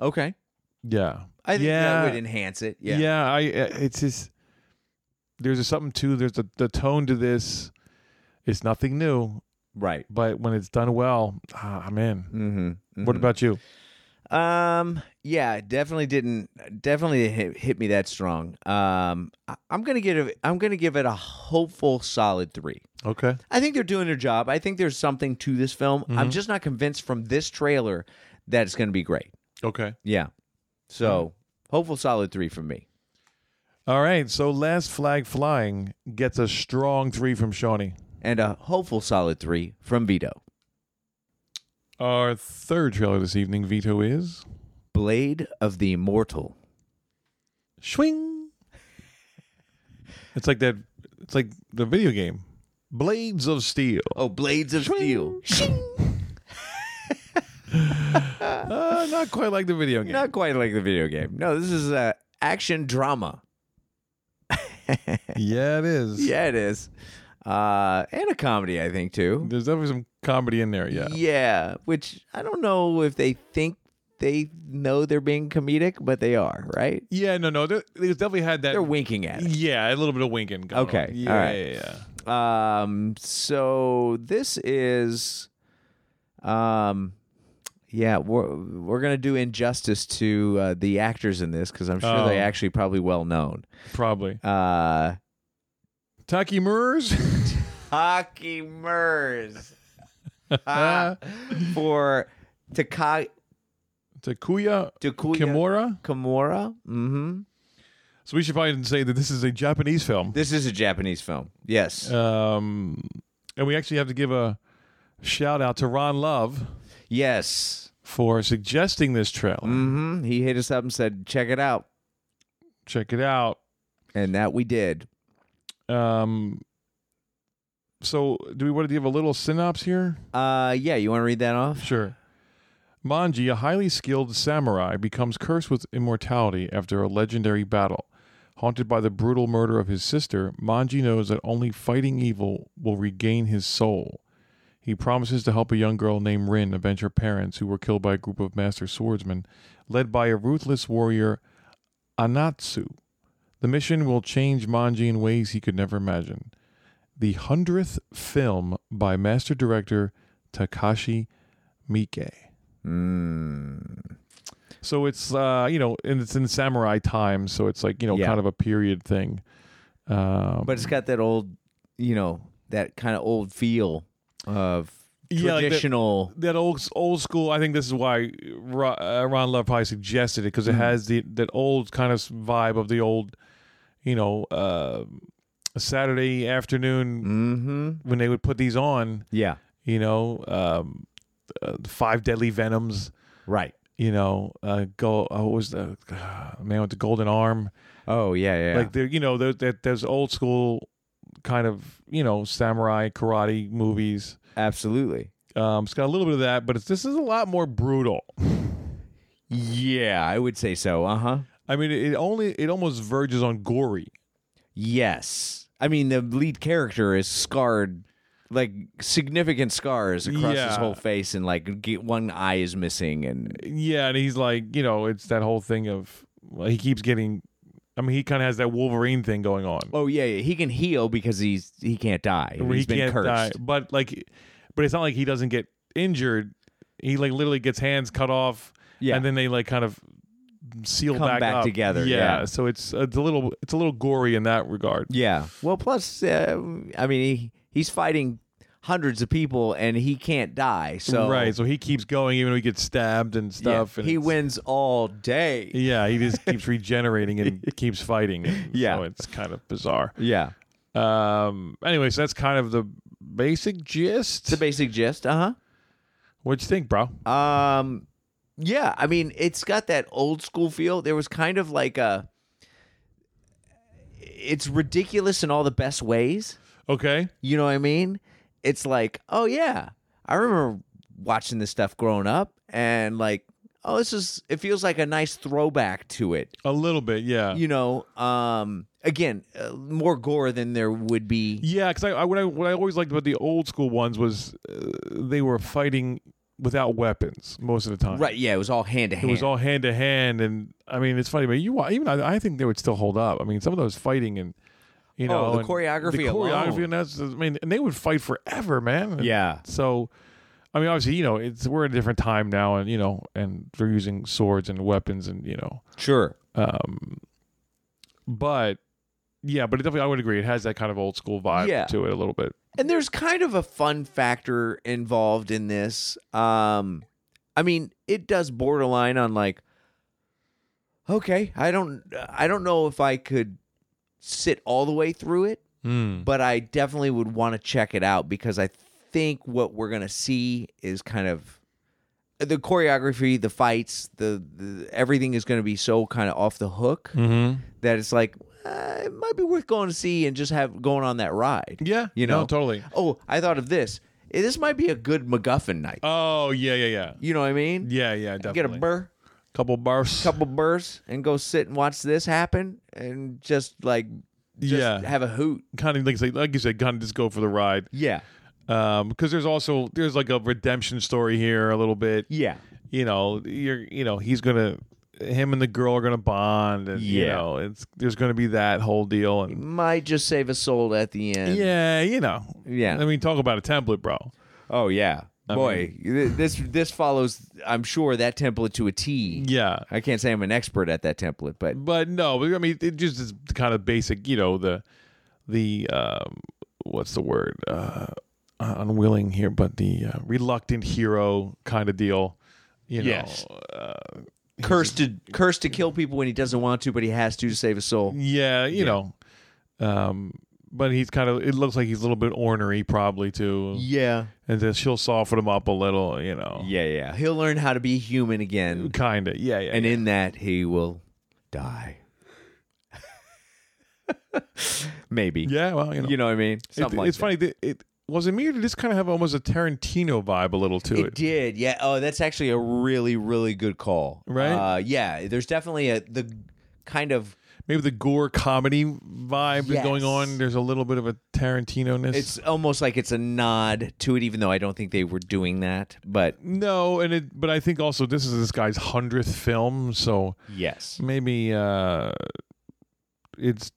Speaker 1: okay.
Speaker 2: Yeah,
Speaker 1: I think
Speaker 2: Yeah.
Speaker 1: that would enhance it. Yeah.
Speaker 2: yeah, I, uh, it's just there's a something to there's the the tone to this. It's nothing new,
Speaker 1: Right.
Speaker 2: but when it's done well, ah, I'm in.
Speaker 1: Mm-hmm.
Speaker 2: What about you?
Speaker 1: Um. Yeah. Definitely didn't. Definitely hit, hit me that strong. Um. I, I'm gonna give it. I'm gonna give it a hopeful solid three.
Speaker 2: Okay,
Speaker 1: I think they're doing their job. I think there's something to this film.
Speaker 2: Mm-hmm.
Speaker 1: I'm just not convinced from this trailer that it's gonna be great.
Speaker 2: okay,
Speaker 1: Yeah. So
Speaker 2: Mm-hmm.
Speaker 1: hopeful solid three from me.
Speaker 2: all right. So last flag flying gets a strong three from Shawnee.
Speaker 1: And a hopeful solid three from Vito.
Speaker 2: Our third trailer this evening, Vito, is
Speaker 1: Blade of the Immortal.
Speaker 2: Swing. It's like that. It's like the video game, Blades of Steel.
Speaker 1: Oh, Blades of Steel.
Speaker 2: Uh, not quite like the video game.
Speaker 1: Not quite like the video game. No, this is a action drama.
Speaker 2: yeah, it is.
Speaker 1: Yeah, it is. Uh, and a comedy, I think, too.
Speaker 2: There's definitely some comedy in there. Yeah.
Speaker 1: Yeah, which I don't know if they think they know they're being comedic, but they are, right?
Speaker 2: Yeah. No. No. There, there's definitely had that.
Speaker 1: They're winking at it.
Speaker 2: yeah, a little bit of winking. Going
Speaker 1: Okay,
Speaker 2: On. Yeah,
Speaker 1: all right.
Speaker 2: yeah. Yeah.
Speaker 1: Um, so this is, um, yeah, we're we're gonna do injustice to uh, the actors in this because I'm sure
Speaker 2: Oh.
Speaker 1: they're actually probably well known.
Speaker 2: Probably.
Speaker 1: Uh,
Speaker 2: Taki Murs.
Speaker 1: Hockey Murs Ah. for Taka
Speaker 2: Takuya
Speaker 1: Takuya
Speaker 2: Kimura.
Speaker 1: Kimura. Mm-hmm.
Speaker 2: So we should probably say that this is a Japanese film.
Speaker 1: This is a Japanese film. Yes.
Speaker 2: Um, and we actually have to give a shout out to Ron Love
Speaker 1: yes.
Speaker 2: for suggesting this trailer.
Speaker 1: hmm He hit us up and said, "Check it out,"
Speaker 2: Check it out.
Speaker 1: and that we did.
Speaker 2: Um, so, do we want to give a little synopsis here?
Speaker 1: Uh, yeah. You want to read that off?
Speaker 2: Sure. Manji, a highly skilled samurai, becomes cursed with immortality after a legendary battle. Haunted by the brutal murder of his sister, Manji knows that only fighting evil will regain his soul. He promises to help a young girl named Rin avenge her parents, who were killed by a group of master swordsmen, led by a ruthless warrior, Anatsu. The mission will change Manji in ways he could never imagine. The hundredth film by master director Takashi Miike.
Speaker 1: Mm.
Speaker 2: So it's uh, you know, and it's in samurai times, so it's like you know,
Speaker 1: Yeah.
Speaker 2: kind of a period thing. Um,
Speaker 1: But it's got that old, you know, that kind of old feel of
Speaker 2: Yeah, like the-
Speaker 1: traditional.
Speaker 2: that old old school. I think this is why Ro- uh, Ron Love probably suggested it because it has the that old kind of vibe of the old, you know, uh, Saturday afternoon
Speaker 1: mm-hmm.
Speaker 2: when they would put these on.
Speaker 1: Yeah.
Speaker 2: You know, um, uh, Five Deadly Venoms.
Speaker 1: Right.
Speaker 2: you know, uh, go. Oh, what was the uh, man with the golden arm?
Speaker 1: Oh yeah, yeah.
Speaker 2: Like there, you know, there, there, there's old school kind of you know samurai karate movies.
Speaker 1: absolutely.
Speaker 2: Um, it's got a little bit of that, but it's, this is a lot more brutal.
Speaker 1: Yeah, I would say so. Uh huh.
Speaker 2: I mean, it only it almost verges on gory.
Speaker 1: Yes. I mean, the lead character is scarred, like significant scars across his
Speaker 2: Yeah.
Speaker 1: whole face, and like ge- one eye is missing. And
Speaker 2: Yeah, and he's like, you know, it's that whole thing of well, he keeps getting. I mean, he kind of has that Wolverine thing going on.
Speaker 1: oh yeah, yeah, he can heal because he's he can't die.
Speaker 2: where
Speaker 1: he's
Speaker 2: he
Speaker 1: been
Speaker 2: can't
Speaker 1: cursed.
Speaker 2: die, but like, but it's not like he doesn't get injured. He like literally gets hands cut off,
Speaker 1: Yeah.
Speaker 2: and then they like kind of seal
Speaker 1: Come
Speaker 2: back,
Speaker 1: back
Speaker 2: up.
Speaker 1: together,
Speaker 2: Yeah,
Speaker 1: yeah.
Speaker 2: so it's it's a little it's a little gory in that regard.
Speaker 1: Yeah. Well, plus, uh, I mean, he, he's fighting hundreds of people, and he can't die. So
Speaker 2: right, so he keeps going even though he gets stabbed and
Speaker 1: yeah,
Speaker 2: stuff. and
Speaker 1: he
Speaker 2: it's-
Speaker 1: wins all day.
Speaker 2: Yeah, he just keeps regenerating and keeps fighting. and
Speaker 1: Yeah.
Speaker 2: so it's kind of bizarre.
Speaker 1: yeah.
Speaker 2: Um. Anyway, so that's kind of the basic gist.
Speaker 1: The basic gist. Uh huh.
Speaker 2: What'd you think, bro?
Speaker 1: Um, yeah, I mean, it's got that old school feel. There was kind of like a. It's ridiculous in all the best ways.
Speaker 2: Okay.
Speaker 1: You know what I mean? It's like, oh yeah, I remember watching this stuff growing up, and like, oh, this is. It feels like a nice throwback to it.
Speaker 2: A little bit, yeah.
Speaker 1: You know, um, again, uh, more gore than there would be.
Speaker 2: Yeah, because I, I what I what I always liked about the old school ones was uh, they were fighting without weapons most of the time.
Speaker 1: Right? Yeah, it was all hand to
Speaker 2: It
Speaker 1: hand.
Speaker 2: was all hand to hand, and I mean it's funny, but you wa- even I, I think they would still hold up. I mean some of those fighting and you know
Speaker 1: Oh, the
Speaker 2: and
Speaker 1: choreography
Speaker 2: the choreography,
Speaker 1: alone.
Speaker 2: and that's I mean and they would fight forever, man. And
Speaker 1: Yeah.
Speaker 2: So, I mean obviously you know it's we're in a different time now, and you know and they're using swords and weapons and you know
Speaker 1: sure.
Speaker 2: um, but yeah, but it definitely I would agree it has that kind of old school vibe
Speaker 1: Yeah.
Speaker 2: to it a little bit.
Speaker 1: and there's kind of a fun factor involved in this um i mean it does borderline on like okay i don't i don't know if i could sit all the way through it but i definitely would want to check it out because i think what we're going to see is kind of the choreography the fights the, the everything is going to be so kind of off the hook
Speaker 2: Mm-hmm.
Speaker 1: that it's like uh, it might be worth going to see and just have going on that ride
Speaker 2: Yeah,
Speaker 1: you
Speaker 2: no,
Speaker 1: know
Speaker 2: totally.
Speaker 1: oh i thought of this Eh, this might be a good macguffin night
Speaker 2: Oh yeah, yeah, yeah,
Speaker 1: you know what i mean
Speaker 2: yeah, yeah. Definitely.
Speaker 1: get a burr
Speaker 2: couple bars.
Speaker 1: couple burrs and go sit and watch this happen and just like just
Speaker 2: Yeah.
Speaker 1: have a hoot
Speaker 2: kind of like like you said, kind of just go for the ride.
Speaker 1: yeah
Speaker 2: Um, because there's also there's like a redemption story here a little bit.
Speaker 1: yeah
Speaker 2: You know, you're you know he's gonna him and the girl are gonna bond, and you
Speaker 1: Yeah. Mm,
Speaker 2: know it's there's gonna be that whole deal and.
Speaker 1: might just save a soul at the end
Speaker 2: Yeah, you know.
Speaker 1: Yeah.
Speaker 2: I mean, talk about a template, bro.
Speaker 1: oh yeah boy th- this this follows i'm sure that template to a t
Speaker 2: Yeah.
Speaker 1: i can't say i'm an expert at that template but
Speaker 2: but no, but I mean, it just is kind of basic, you know, the the um, what's the word uh, unwilling here, but the uh, reluctant hero kind of deal, you know.
Speaker 1: Yes.
Speaker 2: Uh,
Speaker 1: cursed to cursed to kill people when he doesn't want to but he has to to save a soul
Speaker 2: yeah, you know. Um, but he's kind of. It looks like he's a little bit ornery, probably too.
Speaker 1: yeah
Speaker 2: And then she'll soften him up a little, you know.
Speaker 1: Yeah, yeah. He'll learn how to be human again,
Speaker 2: Kind of. Yeah, yeah.
Speaker 1: and in that he will die. Maybe.
Speaker 2: yeah, well, you know.
Speaker 1: You know what I mean?
Speaker 2: It-
Speaker 1: Something like
Speaker 2: it's
Speaker 1: that.
Speaker 2: funny. That it was it me or did this kind of have almost a Tarantino vibe a little to it?
Speaker 1: It did, yeah. Oh, that's actually a really, really good call.
Speaker 2: Right?
Speaker 1: Uh, yeah. There's definitely a the kind of
Speaker 2: maybe the gore comedy vibe is going on.
Speaker 1: Yes.
Speaker 2: There's a little bit of a Tarantino ness.
Speaker 1: it's almost like it's a nod to it, even though I don't think they were doing that. But
Speaker 2: no, and it, but I think also this is this guy's hundredth film, so
Speaker 1: yes.
Speaker 2: maybe uh it's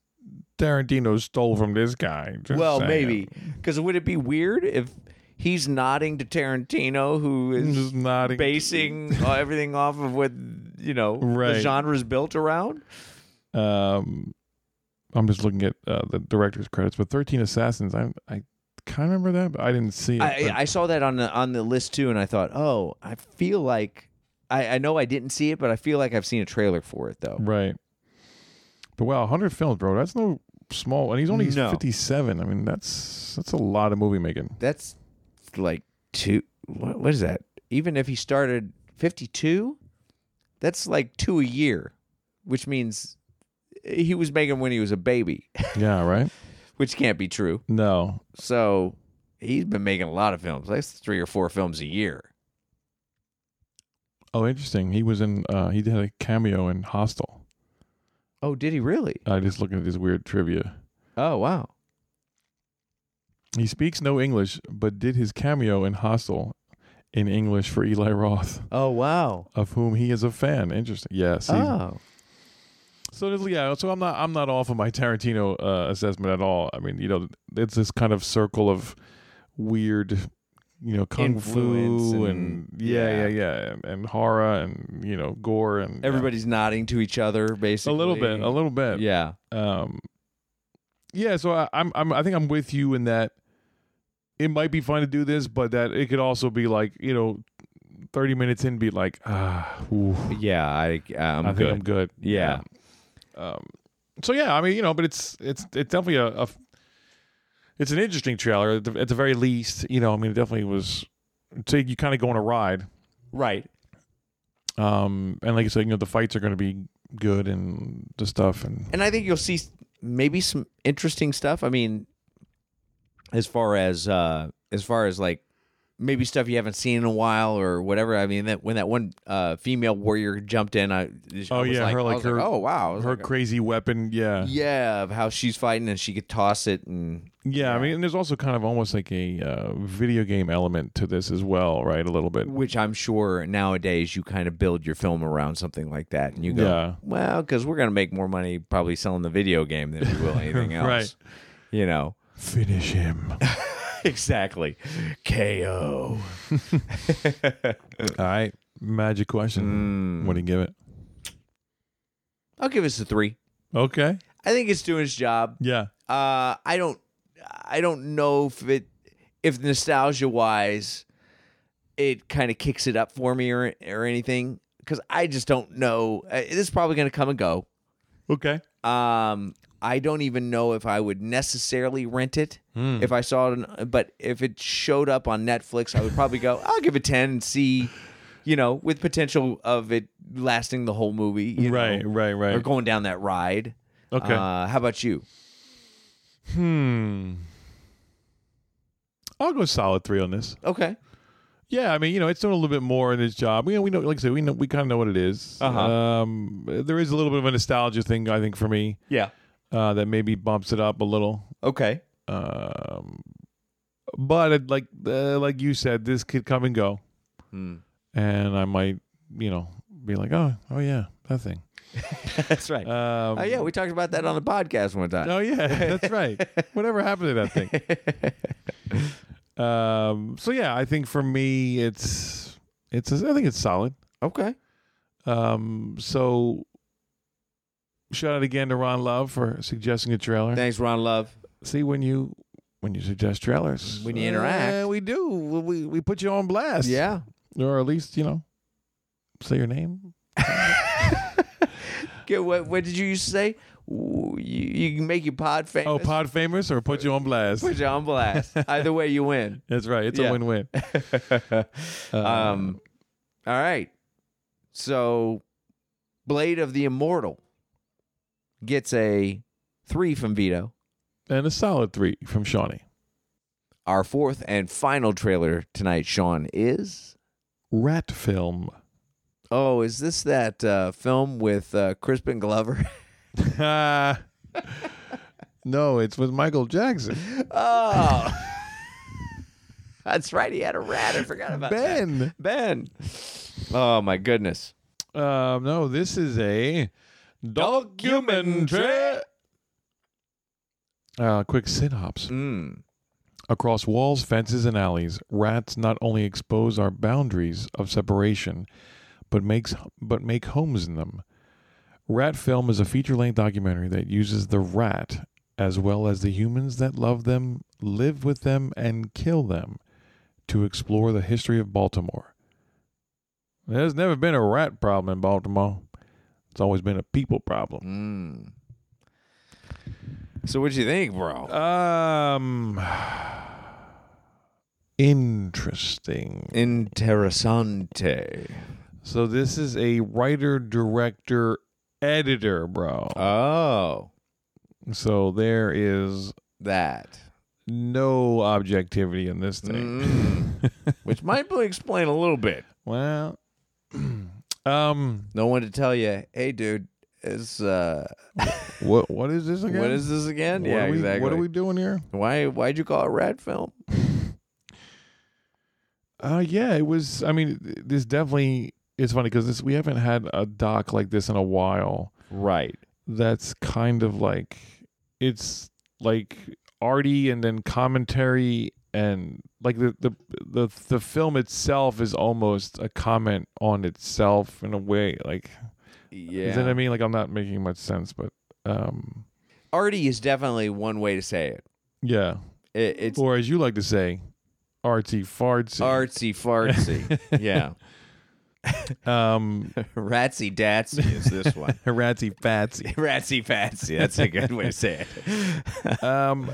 Speaker 2: Tarantino stole from this guy. Just
Speaker 1: Well,
Speaker 2: saying.
Speaker 1: maybe. Because would it be weird if he's nodding to Tarantino, who is
Speaker 2: Just nodding.
Speaker 1: basing uh, everything off of what you know the
Speaker 2: Right.
Speaker 1: genre's built around.
Speaker 2: Um, I'm just looking at uh, the director's credits, but Thirteen Assassins. I I kind of remember that, but I didn't see it.
Speaker 1: I,
Speaker 2: but-
Speaker 1: I saw that on the on the list too, and I thought, oh, I feel like I, I know I didn't see it, but I feel like I've seen a trailer for it though.
Speaker 2: Right. But wow, 100 films, bro. That's no small. And he's only
Speaker 1: No.
Speaker 2: 57. I mean, that's that's a lot of movie making.
Speaker 1: That's like two. What, what is that? Even if he started fifty two, That's like two a year, which means he was making 'em when he was a baby,
Speaker 2: Yeah, right?
Speaker 1: which can't be true.
Speaker 2: No.
Speaker 1: So he's been making a lot of films. That's three or four films a year.
Speaker 2: Oh, interesting. He was in, uh, he did a cameo in Hostel.
Speaker 1: Oh, did he really?
Speaker 2: I just looking at this weird trivia.
Speaker 1: Oh, wow.
Speaker 2: He speaks no English, but did his cameo in Hostel in English for Eli Roth,
Speaker 1: Oh, wow.
Speaker 2: of whom he is a fan. Interesting. Yeah. See,
Speaker 1: Oh.
Speaker 2: So this- yeah, so I'm not I'm not off of my Tarantino uh, assessment at all. I mean, you know, it's this kind of circle of weird, you know, kung
Speaker 1: Influence
Speaker 2: fu
Speaker 1: and-
Speaker 2: and, yeah,
Speaker 1: yeah.
Speaker 2: yeah, yeah, and, and horror and you know, gore and
Speaker 1: Everybody's nodding to each other,
Speaker 2: yeah. a
Speaker 1: basically.
Speaker 2: little bit, a little bit,
Speaker 1: Yeah.
Speaker 2: um, yeah. So I, I'm I'm I think I'm with you in that it might be fun to do this, but that it could also be like you know, 30 minutes in, be like ah, ooh,
Speaker 1: Yeah, I, I'm
Speaker 2: I think I'm good,
Speaker 1: Yeah.
Speaker 2: um, so yeah, I mean, you know, but it's it's it's definitely a, a it's an interesting trailer at the, at the very least. You know, I mean, it definitely was. So you kind of go on a ride,
Speaker 1: Right.
Speaker 2: um, and like you said, you know, the fights are going to be good and the stuff, and
Speaker 1: and I think you'll see s- maybe some interesting stuff. I mean, as far as uh, as far as like maybe stuff you haven't seen in a while or whatever. I mean, that when that one uh, female warrior jumped in, I, I
Speaker 2: Oh,
Speaker 1: was
Speaker 2: yeah, her,
Speaker 1: I
Speaker 2: like,
Speaker 1: was
Speaker 2: her-
Speaker 1: oh wow, I was
Speaker 2: her
Speaker 1: like,
Speaker 2: crazy weapon, yeah. yeah,
Speaker 1: yeah, of how she's fighting and she could toss it and
Speaker 2: I mean, and there's also kind of almost like a uh, video game element to this as well, right? A little bit.
Speaker 1: which I'm sure nowadays you kind of build your film around something like that and you go,
Speaker 2: Yeah.
Speaker 1: well, because we're gonna make more money probably selling the video game than we will anything else,
Speaker 2: Right.
Speaker 1: You know.
Speaker 2: Finish him.
Speaker 1: Exactly. KO.
Speaker 2: All right, magic
Speaker 1: Mm.
Speaker 2: question. What do you give it?
Speaker 1: I'll give us a three.
Speaker 2: Okay.
Speaker 1: I think it's doing its job.
Speaker 2: Yeah.
Speaker 1: Uh, I don't, I don't know if it, if nostalgia wise, it kind of kicks it up for me or or anything because I just don't know. Uh, It's probably going to come and go.
Speaker 2: Okay.
Speaker 1: Um, I don't even know if I would necessarily rent it
Speaker 2: Hmm.
Speaker 1: if I saw it, on- but if it showed up on Netflix, I would probably go. I'll give it ten and see, you know, with potential of it lasting the whole movie. you know,
Speaker 2: Right, right, right.
Speaker 1: Or going down that ride.
Speaker 2: Okay.
Speaker 1: Uh, how about you?
Speaker 2: Hmm. I'll go solid three on this.
Speaker 1: Okay.
Speaker 2: Yeah, I mean, you know, it's doing a little bit more in this job. You know, we know, like I said, we know, we kind of know what it is.
Speaker 1: Uh-huh.
Speaker 2: Um, there is a little bit of a nostalgia thing, I think, for me,
Speaker 1: Yeah.
Speaker 2: uh, that maybe bumps it up a little.
Speaker 1: Okay.
Speaker 2: Um, but it, like, uh, like you said, this could come and go, Hmm. and I might, you know, be like, oh, oh yeah, that thing.
Speaker 1: That's right.
Speaker 2: Um,
Speaker 1: oh yeah, we talked about that on the podcast one time.
Speaker 2: Oh yeah, that's right. Whatever happened to that thing? um, so yeah, I think for me, it's it's I think it's solid.
Speaker 1: Okay.
Speaker 2: Um, so shout out again to Ron Love for suggesting a trailer.
Speaker 1: Thanks, Ron Love.
Speaker 2: See when you when you suggest trailers,
Speaker 1: When you interact.
Speaker 2: uh, we do. We we- we put you on blast.
Speaker 1: Yeah.
Speaker 2: or at least you know, say your name.
Speaker 1: Get, what, what did you used to say? Ooh, you, you can make your pod famous.
Speaker 2: Oh, pod famous or put you on blast.
Speaker 1: Put you on blast. Either way, you win.
Speaker 2: That's right. It's
Speaker 1: Yeah.
Speaker 2: a win-win.
Speaker 1: um, all right. So, Blade of the Immortal gets a three from Vito.
Speaker 2: and a solid three from Shawnee.
Speaker 1: Our fourth and final trailer tonight, Sean, is
Speaker 2: Rat film.
Speaker 1: oh, is this that uh, film with uh, Crispin Glover?
Speaker 2: Ah. no, it's with Michael Jackson.
Speaker 1: oh, that's right. He had a rat. I forgot about that.
Speaker 2: Ben.
Speaker 1: Ben. Oh my goodness.
Speaker 2: Um, no, this is a documentary. Uh, quick synopsis.
Speaker 1: Mm.
Speaker 2: Across walls, fences, and alleys, rats not only expose our boundaries of separation, but makes but make homes in them. Rat Film is a feature-length documentary that uses the rat as well as the humans that love them, live with them, and kill them to explore the history of Baltimore. There's never been a rat problem in Baltimore. It's always been a people problem.
Speaker 1: Mm. So, what'd you think, bro?
Speaker 2: Um, interesting.
Speaker 1: Interessante.
Speaker 2: So this is a writer, director, editor, bro.
Speaker 1: Oh,
Speaker 2: so there is
Speaker 1: that.
Speaker 2: no objectivity in this thing.
Speaker 1: Mm. Which might explain a little bit.
Speaker 2: Well, um,
Speaker 1: No one to tell you, hey, dude, it's, uh,
Speaker 2: what what is this again?
Speaker 1: what is this again?
Speaker 2: What
Speaker 1: yeah,
Speaker 2: are we,
Speaker 1: exactly.
Speaker 2: What are we doing here?
Speaker 1: Why? Why'd you call it rat film?
Speaker 2: Uh, yeah, it was. I mean, th- this definitely is funny because this we haven't had a doc like this in a while.
Speaker 1: Right.
Speaker 2: That's kind of like it's like arty and then commentary and like the the the the film itself is almost a comment on itself in a way. Like,
Speaker 1: Yeah.
Speaker 2: is that what I mean? Like, I'm not making much sense, but um,
Speaker 1: Artie is definitely one way to say it.
Speaker 2: yeah.
Speaker 1: it it's
Speaker 2: or as you like to say, artsy fartsy.
Speaker 1: artsy fartsy. yeah.
Speaker 2: Um,
Speaker 1: Ratsy datsy is this one.
Speaker 2: ratsy fatsy.
Speaker 1: Ratsy fatsy. That's a good way to say it.
Speaker 2: Um,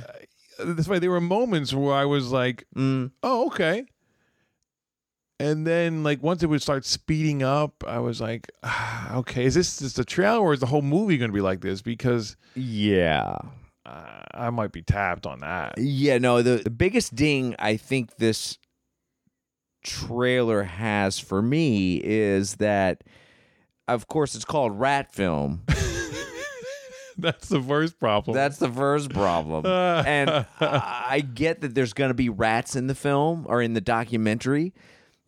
Speaker 2: that's why there were moments where I was like,
Speaker 1: Mm.
Speaker 2: "Oh, okay." And then, like, once it would start speeding up, I was like, ah, "Okay, is this just a trailer, or is the whole movie going to be like this?" Because
Speaker 1: Yeah.
Speaker 2: uh, I might be tapped on that.
Speaker 1: Yeah, no, the, the biggest ding I think this trailer has for me is that of course it's called rat film.
Speaker 2: That's the first problem.
Speaker 1: That's the first problem. and I- I get that there's going to be rats in the film or in the documentary,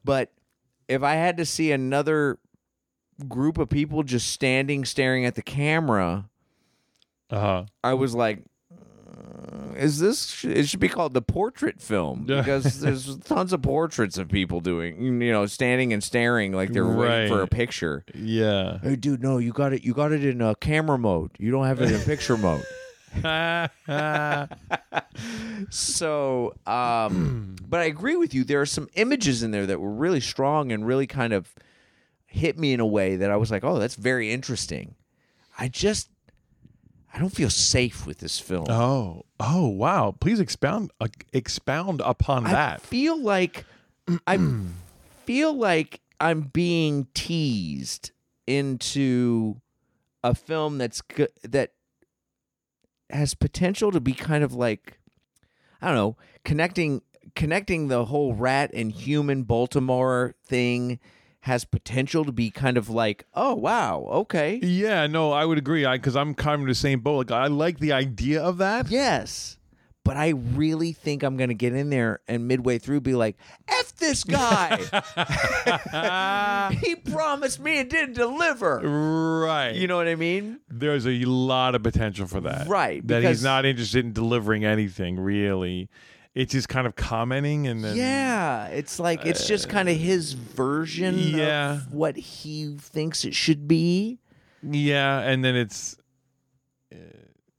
Speaker 1: but if I had to see another group of people just standing staring at the camera,
Speaker 2: uh-huh.
Speaker 1: I was like "Mm, is this it should be called the portrait film
Speaker 2: Yeah.
Speaker 1: because there's tons of portraits of people doing you know standing and staring like they're
Speaker 2: Right.
Speaker 1: waiting for a picture
Speaker 2: yeah.
Speaker 1: hey dude no you got it you got it in uh, camera mode you don't have it in picture mode So, um, but I agree with you. There are some images in there that were really strong and really kind of hit me in a way that I was like, oh, that's very interesting. I just, I don't feel safe with this film.
Speaker 2: oh, oh, wow! Please expound uh, expound upon
Speaker 1: I
Speaker 2: that.
Speaker 1: feel like, I feel like I'm being teased into a film that's good, that has potential to be kind of like I don't know, connecting connecting the whole rat and human Baltimore thing has potential to be kind of like, oh wow, okay.
Speaker 2: Yeah, no, I would agree. I because I'm kind of in the same boat. Like I like the idea of that.
Speaker 1: Yes. But I really think I'm gonna get in there and midway through be like, F this guy. he promised me and didn't deliver.
Speaker 2: Right.
Speaker 1: You know what I mean?
Speaker 2: there's a lot of potential for that.
Speaker 1: Right,
Speaker 2: That
Speaker 1: because-
Speaker 2: he's not interested in delivering anything really. It's just kind of commenting and then Uh,
Speaker 1: yeah. It's like it's just kind of his version
Speaker 2: yeah.
Speaker 1: of what he thinks it should be.
Speaker 2: Yeah, and then it's uh,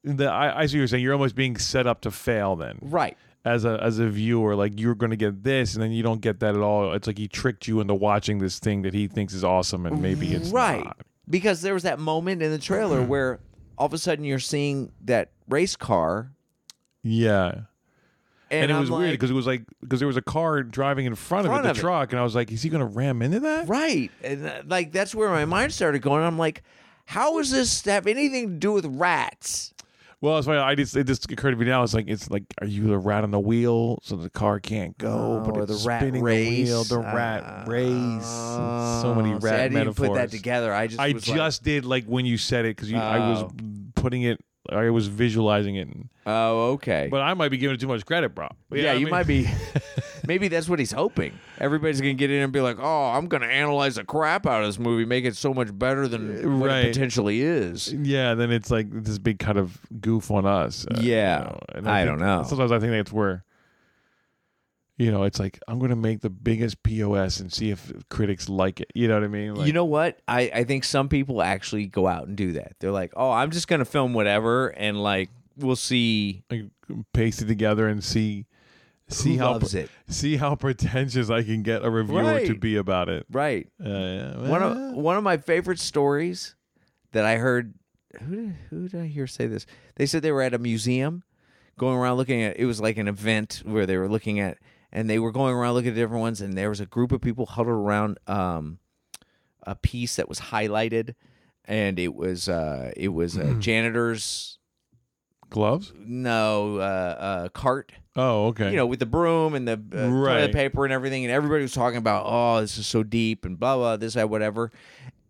Speaker 2: the I, I see what you're saying. You're almost being set up to fail then.
Speaker 1: Right.
Speaker 2: As a as a viewer, like you're going to get this, and then you don't get that at all. It's like he tricked you into watching this thing that he thinks is awesome, and maybe it's
Speaker 1: right
Speaker 2: not. Mm-hmm.
Speaker 1: because there was that moment in the trailer where all of a sudden you're seeing that race car
Speaker 2: Yeah,
Speaker 1: and,
Speaker 2: and, it
Speaker 1: I'm
Speaker 2: was
Speaker 1: like,
Speaker 2: weird because it was like because there was a car driving in front,
Speaker 1: Front
Speaker 2: of it,
Speaker 1: of
Speaker 2: the
Speaker 1: it.
Speaker 2: truck, and I was like, is he going to ram into that?
Speaker 1: right and uh, like that's where my mind started going i'm like how is this have anything to do with rats
Speaker 2: Well, that's why I just it just occurred to me now. It's like it's like are you the rat on the wheel, so the car can't go, but
Speaker 1: or
Speaker 2: it's
Speaker 1: the rat
Speaker 2: spinning the
Speaker 1: race.
Speaker 2: wheel, the rat race. so many
Speaker 1: Oh,
Speaker 2: rat
Speaker 1: see, I didn't even
Speaker 2: metaphors.
Speaker 1: put that together i just
Speaker 2: I
Speaker 1: was
Speaker 2: just did like when you said it because I was
Speaker 1: Oh.
Speaker 2: putting it. I was visualizing it,
Speaker 1: like, oh okay
Speaker 2: but I might be giving it too much credit, bro.
Speaker 1: yeah, you might be maybe that's what he's hoping everybody's gonna get in and be like oh i'm gonna analyze the crap out of this movie make it so much better than what
Speaker 2: Uh, Right.
Speaker 1: it potentially is
Speaker 2: Yeah, then it's like this big kind of goof on us. uh, you
Speaker 1: Yeah,
Speaker 2: know,
Speaker 1: I don't
Speaker 2: think-
Speaker 1: know.
Speaker 2: Sometimes I think that's where, you know, it's like I'm going to make the biggest POS and see if critics like it. You know what I mean? Like,
Speaker 1: you know what? I, I think some people actually go out and do that. They're like, oh, I'm just going to film whatever and like we'll see.
Speaker 2: like, paste it together and see see
Speaker 1: Who
Speaker 2: how
Speaker 1: loves it?
Speaker 2: see how pretentious I can get a reviewer to
Speaker 1: Right.
Speaker 2: be about it.
Speaker 1: Right.
Speaker 2: Uh, yeah.
Speaker 1: One of one of my favorite stories that I heard who did, who did I hear say this? They said they were at a museum going around looking at it was like an event where they were looking at and they were going around looking at different ones and there was a group of people huddled around um a piece that was highlighted, and it was uh, it was a janitor's
Speaker 2: Gloves?
Speaker 1: no uh, uh, cart.
Speaker 2: Oh, okay.
Speaker 1: You know, with the broom and the uh,
Speaker 2: Right.
Speaker 1: toilet paper and everything, and everybody was talking about, oh, this is so deep and blah blah this that whatever,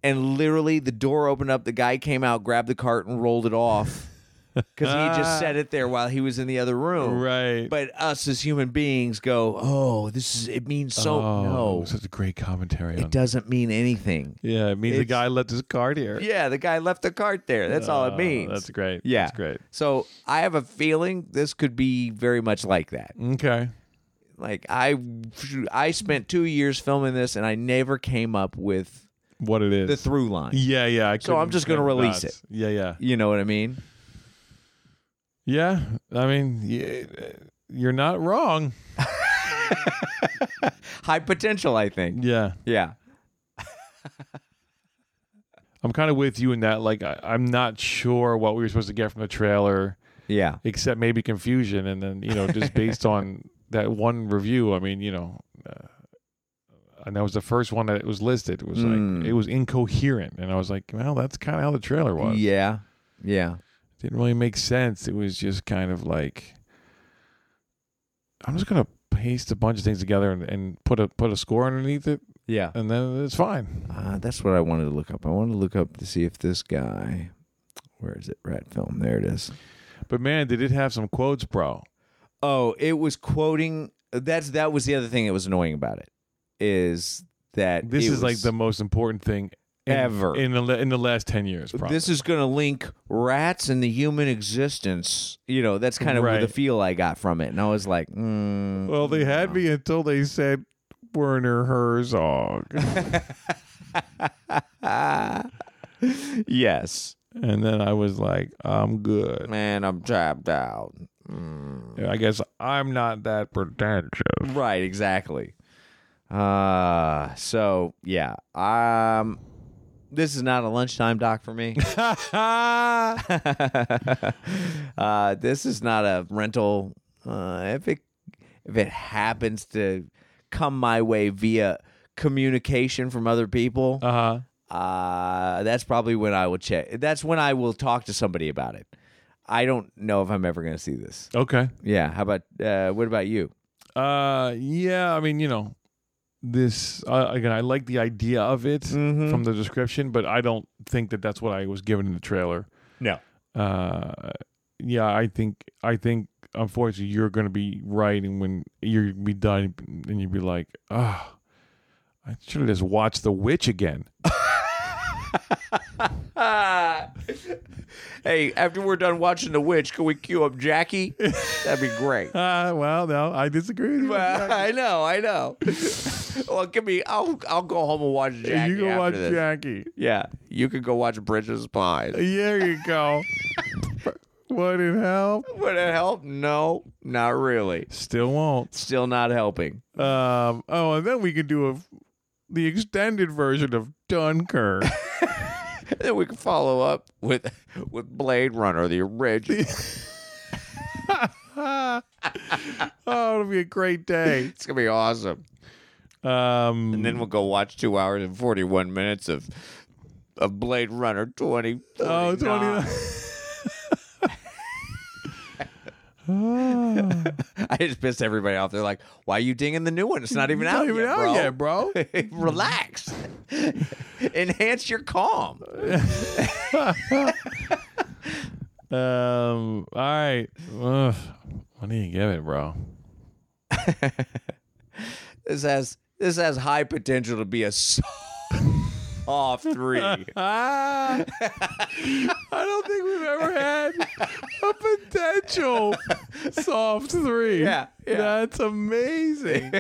Speaker 1: and literally the door opened up, the guy came out, grabbed the cart, and rolled it off because he just set it there while he was in the other room.
Speaker 2: right.
Speaker 1: But us as human beings go, oh, this is it means so
Speaker 2: oh,
Speaker 1: no,
Speaker 2: such a great commentary. on
Speaker 1: it doesn't mean anything.
Speaker 2: Yeah, it means the
Speaker 1: It's-
Speaker 2: guy left his card here.
Speaker 1: Yeah, the guy left the cart there. That's all it
Speaker 2: Oh,
Speaker 1: means.
Speaker 2: That's great.
Speaker 1: Yeah,
Speaker 2: that's great.
Speaker 1: So I have a feeling this could be very much like that.
Speaker 2: Okay.
Speaker 1: Like I, I spent two years filming this, and I never came up with
Speaker 2: What it is?
Speaker 1: the through line.
Speaker 2: yeah, yeah. I
Speaker 1: So I'm
Speaker 2: couldn't
Speaker 1: just gonna
Speaker 2: connect
Speaker 1: release
Speaker 2: dots. Yeah, yeah,
Speaker 1: You know what I mean?
Speaker 2: yeah. I mean, yeah, you're not wrong.
Speaker 1: High potential, I think.
Speaker 2: Yeah,
Speaker 1: Yeah.
Speaker 2: I'm kind of with you in that. Like, I, I'm not sure what we were supposed to get from the trailer,
Speaker 1: Yeah.
Speaker 2: except maybe confusion, and then you know, just based on that one review. I mean, you know. Uh, and that was the first one that was listed. It was
Speaker 1: Mm.
Speaker 2: like it was incoherent, and I was like, "Well, that's kind of how the trailer was."
Speaker 1: Yeah. Yeah.
Speaker 2: didn't really make sense. It was just kind of like I'm just gonna paste a bunch of things together and, and put a put a score underneath it,
Speaker 1: Yeah.
Speaker 2: and then it's fine.
Speaker 1: Uh, that's what I wanted to look up. I wanted to look up to see if this guy, where is it? Rat film. There it is.
Speaker 2: But man, did it have some quotes, bro?
Speaker 1: Oh, it was quoting. That's that was the other thing that was annoying about it is that
Speaker 2: This
Speaker 1: it
Speaker 2: is like
Speaker 1: was-
Speaker 2: the most important thing in-
Speaker 1: Ever.
Speaker 2: in the la- in the last ten years. Probably.
Speaker 1: This is going to link rats and the human existence. You know, that's kind of
Speaker 2: Right.
Speaker 1: the feel I got from it, and I was like, mm,
Speaker 2: well, they had me until they said Werner Herzog,
Speaker 1: yes,
Speaker 2: and then I was like, I'm good.
Speaker 1: man, I'm tapped out.
Speaker 2: I guess I'm not that pretentious.
Speaker 1: Right, exactly. Uh so yeah. Um, this is not a lunchtime doc for me. uh, this is not a rental. Uh, if it if it happens to come my way via communication from other people,
Speaker 2: Uh huh.
Speaker 1: uh, that's probably when I will check. That's when I will talk to somebody about it. I don't know if I'm ever going to see this.
Speaker 2: Okay.
Speaker 1: Yeah. How about uh, what about you?
Speaker 2: Uh, yeah. I mean, you know, this uh, again. I like the idea of it
Speaker 1: Mhm.
Speaker 2: from the description, but I don't think that that's what I was given in the trailer.
Speaker 1: No.
Speaker 2: Uh, yeah. I think. I think. Unfortunately, you're going to be right, and when you're gonna be done, and you'll be like, "Ah, I should have just watched The Witch again."
Speaker 1: Ah. hey, after we're done watching The Witch, can we cue up Jackie? That'd be great.
Speaker 2: Uh, well, no, I disagree. With you.
Speaker 1: Well, I know, I know. well, give me. I'll I'll go home and watch Jackie.
Speaker 2: you can
Speaker 1: after
Speaker 2: watch
Speaker 1: this.
Speaker 2: Jackie.
Speaker 1: Yeah, you could go watch Bridges Pie.
Speaker 2: There you go. what in hell?
Speaker 1: Would it help? No, not really.
Speaker 2: Still won't.
Speaker 1: Still not helping.
Speaker 2: Um, oh, and then we can do a the extended version of Dunkirk.
Speaker 1: then we can follow up with with Blade Runner, the original.
Speaker 2: oh, it'll be a great day.
Speaker 1: it's gonna be awesome.
Speaker 2: Um,
Speaker 1: And then we'll go watch two hours and forty one minutes of of Blade Runner twenty.
Speaker 2: oh,
Speaker 1: 49.
Speaker 2: 20
Speaker 1: I just pissed everybody off. They're like, "Why are you dinging the new one? It's not even
Speaker 2: Not
Speaker 1: out
Speaker 2: even
Speaker 1: yet,
Speaker 2: out
Speaker 1: bro.
Speaker 2: yet, bro.
Speaker 1: Relax, enhance your calm."
Speaker 2: um, all right. Ugh. What do you give it, bro?
Speaker 1: This has this has high potential to be a soft three.
Speaker 2: Ah, I don't think we've ever had a potential soft three.
Speaker 1: Yeah, yeah.
Speaker 2: That's amazing.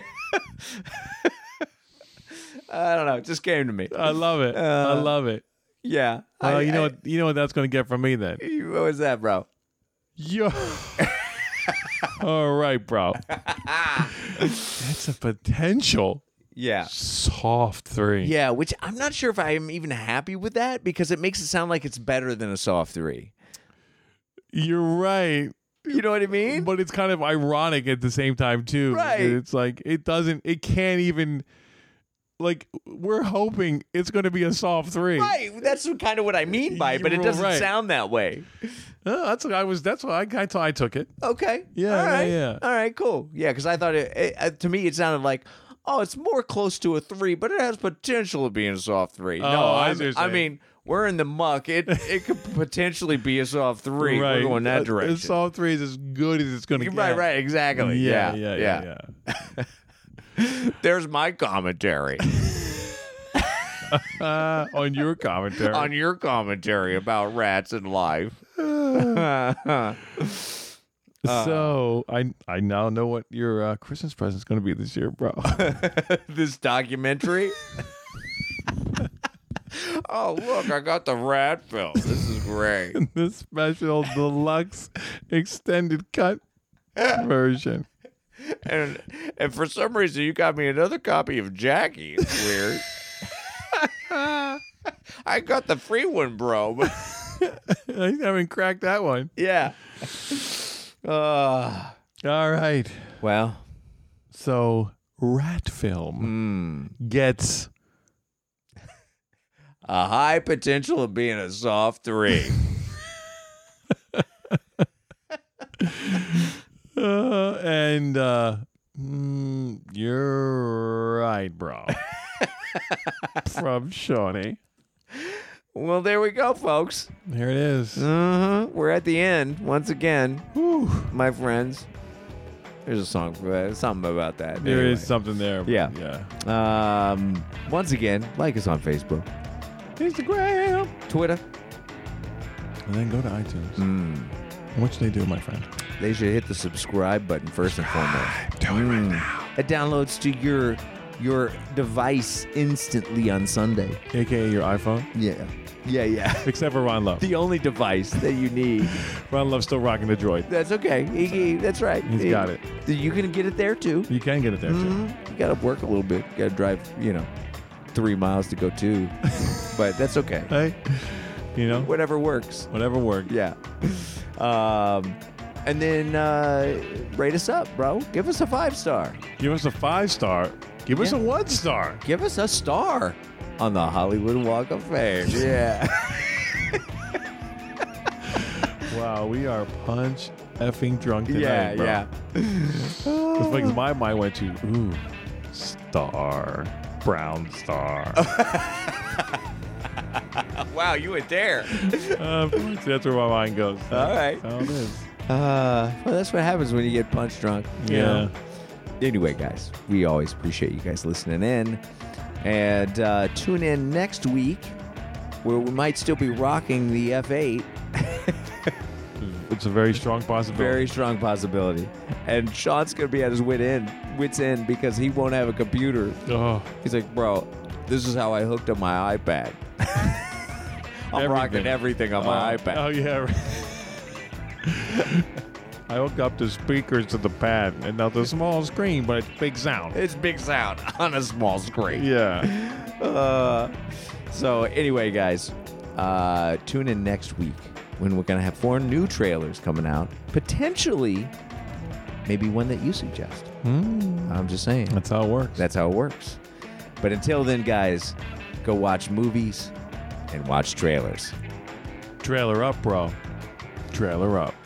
Speaker 1: I don't know. It just came to me.
Speaker 2: I love it. I love it.
Speaker 1: Yeah.
Speaker 2: Oh,
Speaker 1: Uh, I-
Speaker 2: you know
Speaker 1: I-
Speaker 2: what? You know what that's going to get from me then.
Speaker 1: you- what was that, bro?
Speaker 2: Yo. All right, bro. that's a potential
Speaker 1: Yeah.
Speaker 2: soft three.
Speaker 1: Yeah, which I'm not sure if I'm even happy with that because it makes it sound like it's better than a soft three.
Speaker 2: You're right,
Speaker 1: You know what I mean?
Speaker 2: but it's kind of ironic at the same time too.
Speaker 1: Right.
Speaker 2: It's like it doesn't. It can't even. like we're hoping it's going to be a soft three.
Speaker 1: Right. That's kind of what I mean by it, but it
Speaker 2: You're
Speaker 1: doesn't
Speaker 2: right.
Speaker 1: sound that way.
Speaker 2: Uh, that's what I was. That's why I, I, I took it.
Speaker 1: Okay.
Speaker 2: Yeah,
Speaker 1: All
Speaker 2: yeah,
Speaker 1: right.
Speaker 2: yeah.
Speaker 1: All right. Cool. Yeah. Because I thought it, it- uh, to me, it sounded like, oh, it's more close to a three, but it has potential of being a soft three. no,
Speaker 2: Oh, I
Speaker 1: I,
Speaker 2: see what you're
Speaker 1: I
Speaker 2: saying.
Speaker 1: mean, we're in the muck. It it could potentially be a soft three.
Speaker 2: Right.
Speaker 1: We're going
Speaker 2: Uh,
Speaker 1: that direction.
Speaker 2: A soft three is as good as it's going to get.
Speaker 1: Right, right, exactly.
Speaker 2: Yeah, yeah, yeah. yeah,
Speaker 1: There's my commentary
Speaker 2: Uh, on your commentary.
Speaker 1: on your commentary about rats and life.
Speaker 2: so
Speaker 1: uh.
Speaker 2: I I now know what your uh, Christmas present's going to be this year, bro.
Speaker 1: this documentary. oh, look, I got the rat film. This is great.
Speaker 2: the special deluxe extended cut version.
Speaker 1: and and for some reason you got me another copy of Jackie. It's weird. I got the free one, bro. but-
Speaker 2: I haven't cracked that one.
Speaker 1: yeah. Uh,
Speaker 2: Ah. All right.
Speaker 1: well,
Speaker 2: So Rat Film
Speaker 1: Hmm.
Speaker 2: gets
Speaker 1: a high potential of being a soft three.
Speaker 2: uh, and uh mm, you're right, bro. From Shawnee.
Speaker 1: well, there we go, folks.
Speaker 2: Here it is.
Speaker 1: Uh-huh. We're at the end once again, my friends. There's a song for that. Something about that.
Speaker 2: There
Speaker 1: Anyway.
Speaker 2: is something there.
Speaker 1: Yeah.
Speaker 2: Yeah.
Speaker 1: Um, once again, like us on Facebook,
Speaker 2: Instagram.
Speaker 1: Twitter.
Speaker 2: And then go to iTunes.
Speaker 1: Hmm.
Speaker 2: And What should they do, my friend?
Speaker 1: They should hit the subscribe button first and foremost. Do Ah, it right now. It downloads to your your device instantly on Sunday.
Speaker 2: AKA your iPhone.
Speaker 1: Yeah. Yeah, yeah.
Speaker 2: Except for Ron Love.
Speaker 1: The only device that you need.
Speaker 2: Ron Love's still rocking the droid.
Speaker 1: That's okay. He- he- that's right.
Speaker 2: He's
Speaker 1: He-
Speaker 2: got it.
Speaker 1: You can get it there too. Mm-hmm.
Speaker 2: You can get it there, too.
Speaker 1: You gotta work a little bit. You gotta drive, you know, three miles to go two. but that's okay.
Speaker 2: Hey, you know,
Speaker 1: Whatever works.
Speaker 2: whatever worked.
Speaker 1: Yeah. Um, and then uh, rate us up, bro. Give us a five star.
Speaker 2: Give us a five star. Give us
Speaker 1: Yeah.
Speaker 2: a one star.
Speaker 1: Give us a star on the Hollywood Walk of Fame. Yeah.
Speaker 2: Wow, we are punch effing drunk tonight,
Speaker 1: yeah,
Speaker 2: bro.
Speaker 1: yeah.
Speaker 2: It's like my mind went to ooh, star, brown star.
Speaker 1: Wow, you went there.
Speaker 2: Uh, that's where my mind goes.
Speaker 1: All right.
Speaker 2: That's how it is.
Speaker 1: Uh, well, that's what happens when you get punch drunk. you
Speaker 2: Yeah.
Speaker 1: know? Anyway, guys, we always appreciate you guys listening in. And uh, tune in next week where we might still be rocking the F8.
Speaker 2: It's a very strong possibility.
Speaker 1: Very strong possibility. And Sean's going to be at his wit end, wits end because he won't have a computer.
Speaker 2: Oh,
Speaker 1: He's like, bro, this is how I hooked up my iPad. I'm rocking
Speaker 2: Everything.
Speaker 1: everything on my
Speaker 2: oh,
Speaker 1: iPad.
Speaker 2: Oh yeah. right. I hooked up the speakers to the pad, and now the small screen, but it's big sound.
Speaker 1: It's big sound on a small screen.
Speaker 2: Yeah.
Speaker 1: Uh, so anyway, guys, uh, tune in next week when we're gonna have four new trailers coming out. Potentially, maybe one that you suggest. I'm just saying.
Speaker 2: Hmm, That's how it works.
Speaker 1: That's how it works. But until then, guys, go watch movies and watch trailers.
Speaker 2: Trailer up, bro. Trailer up.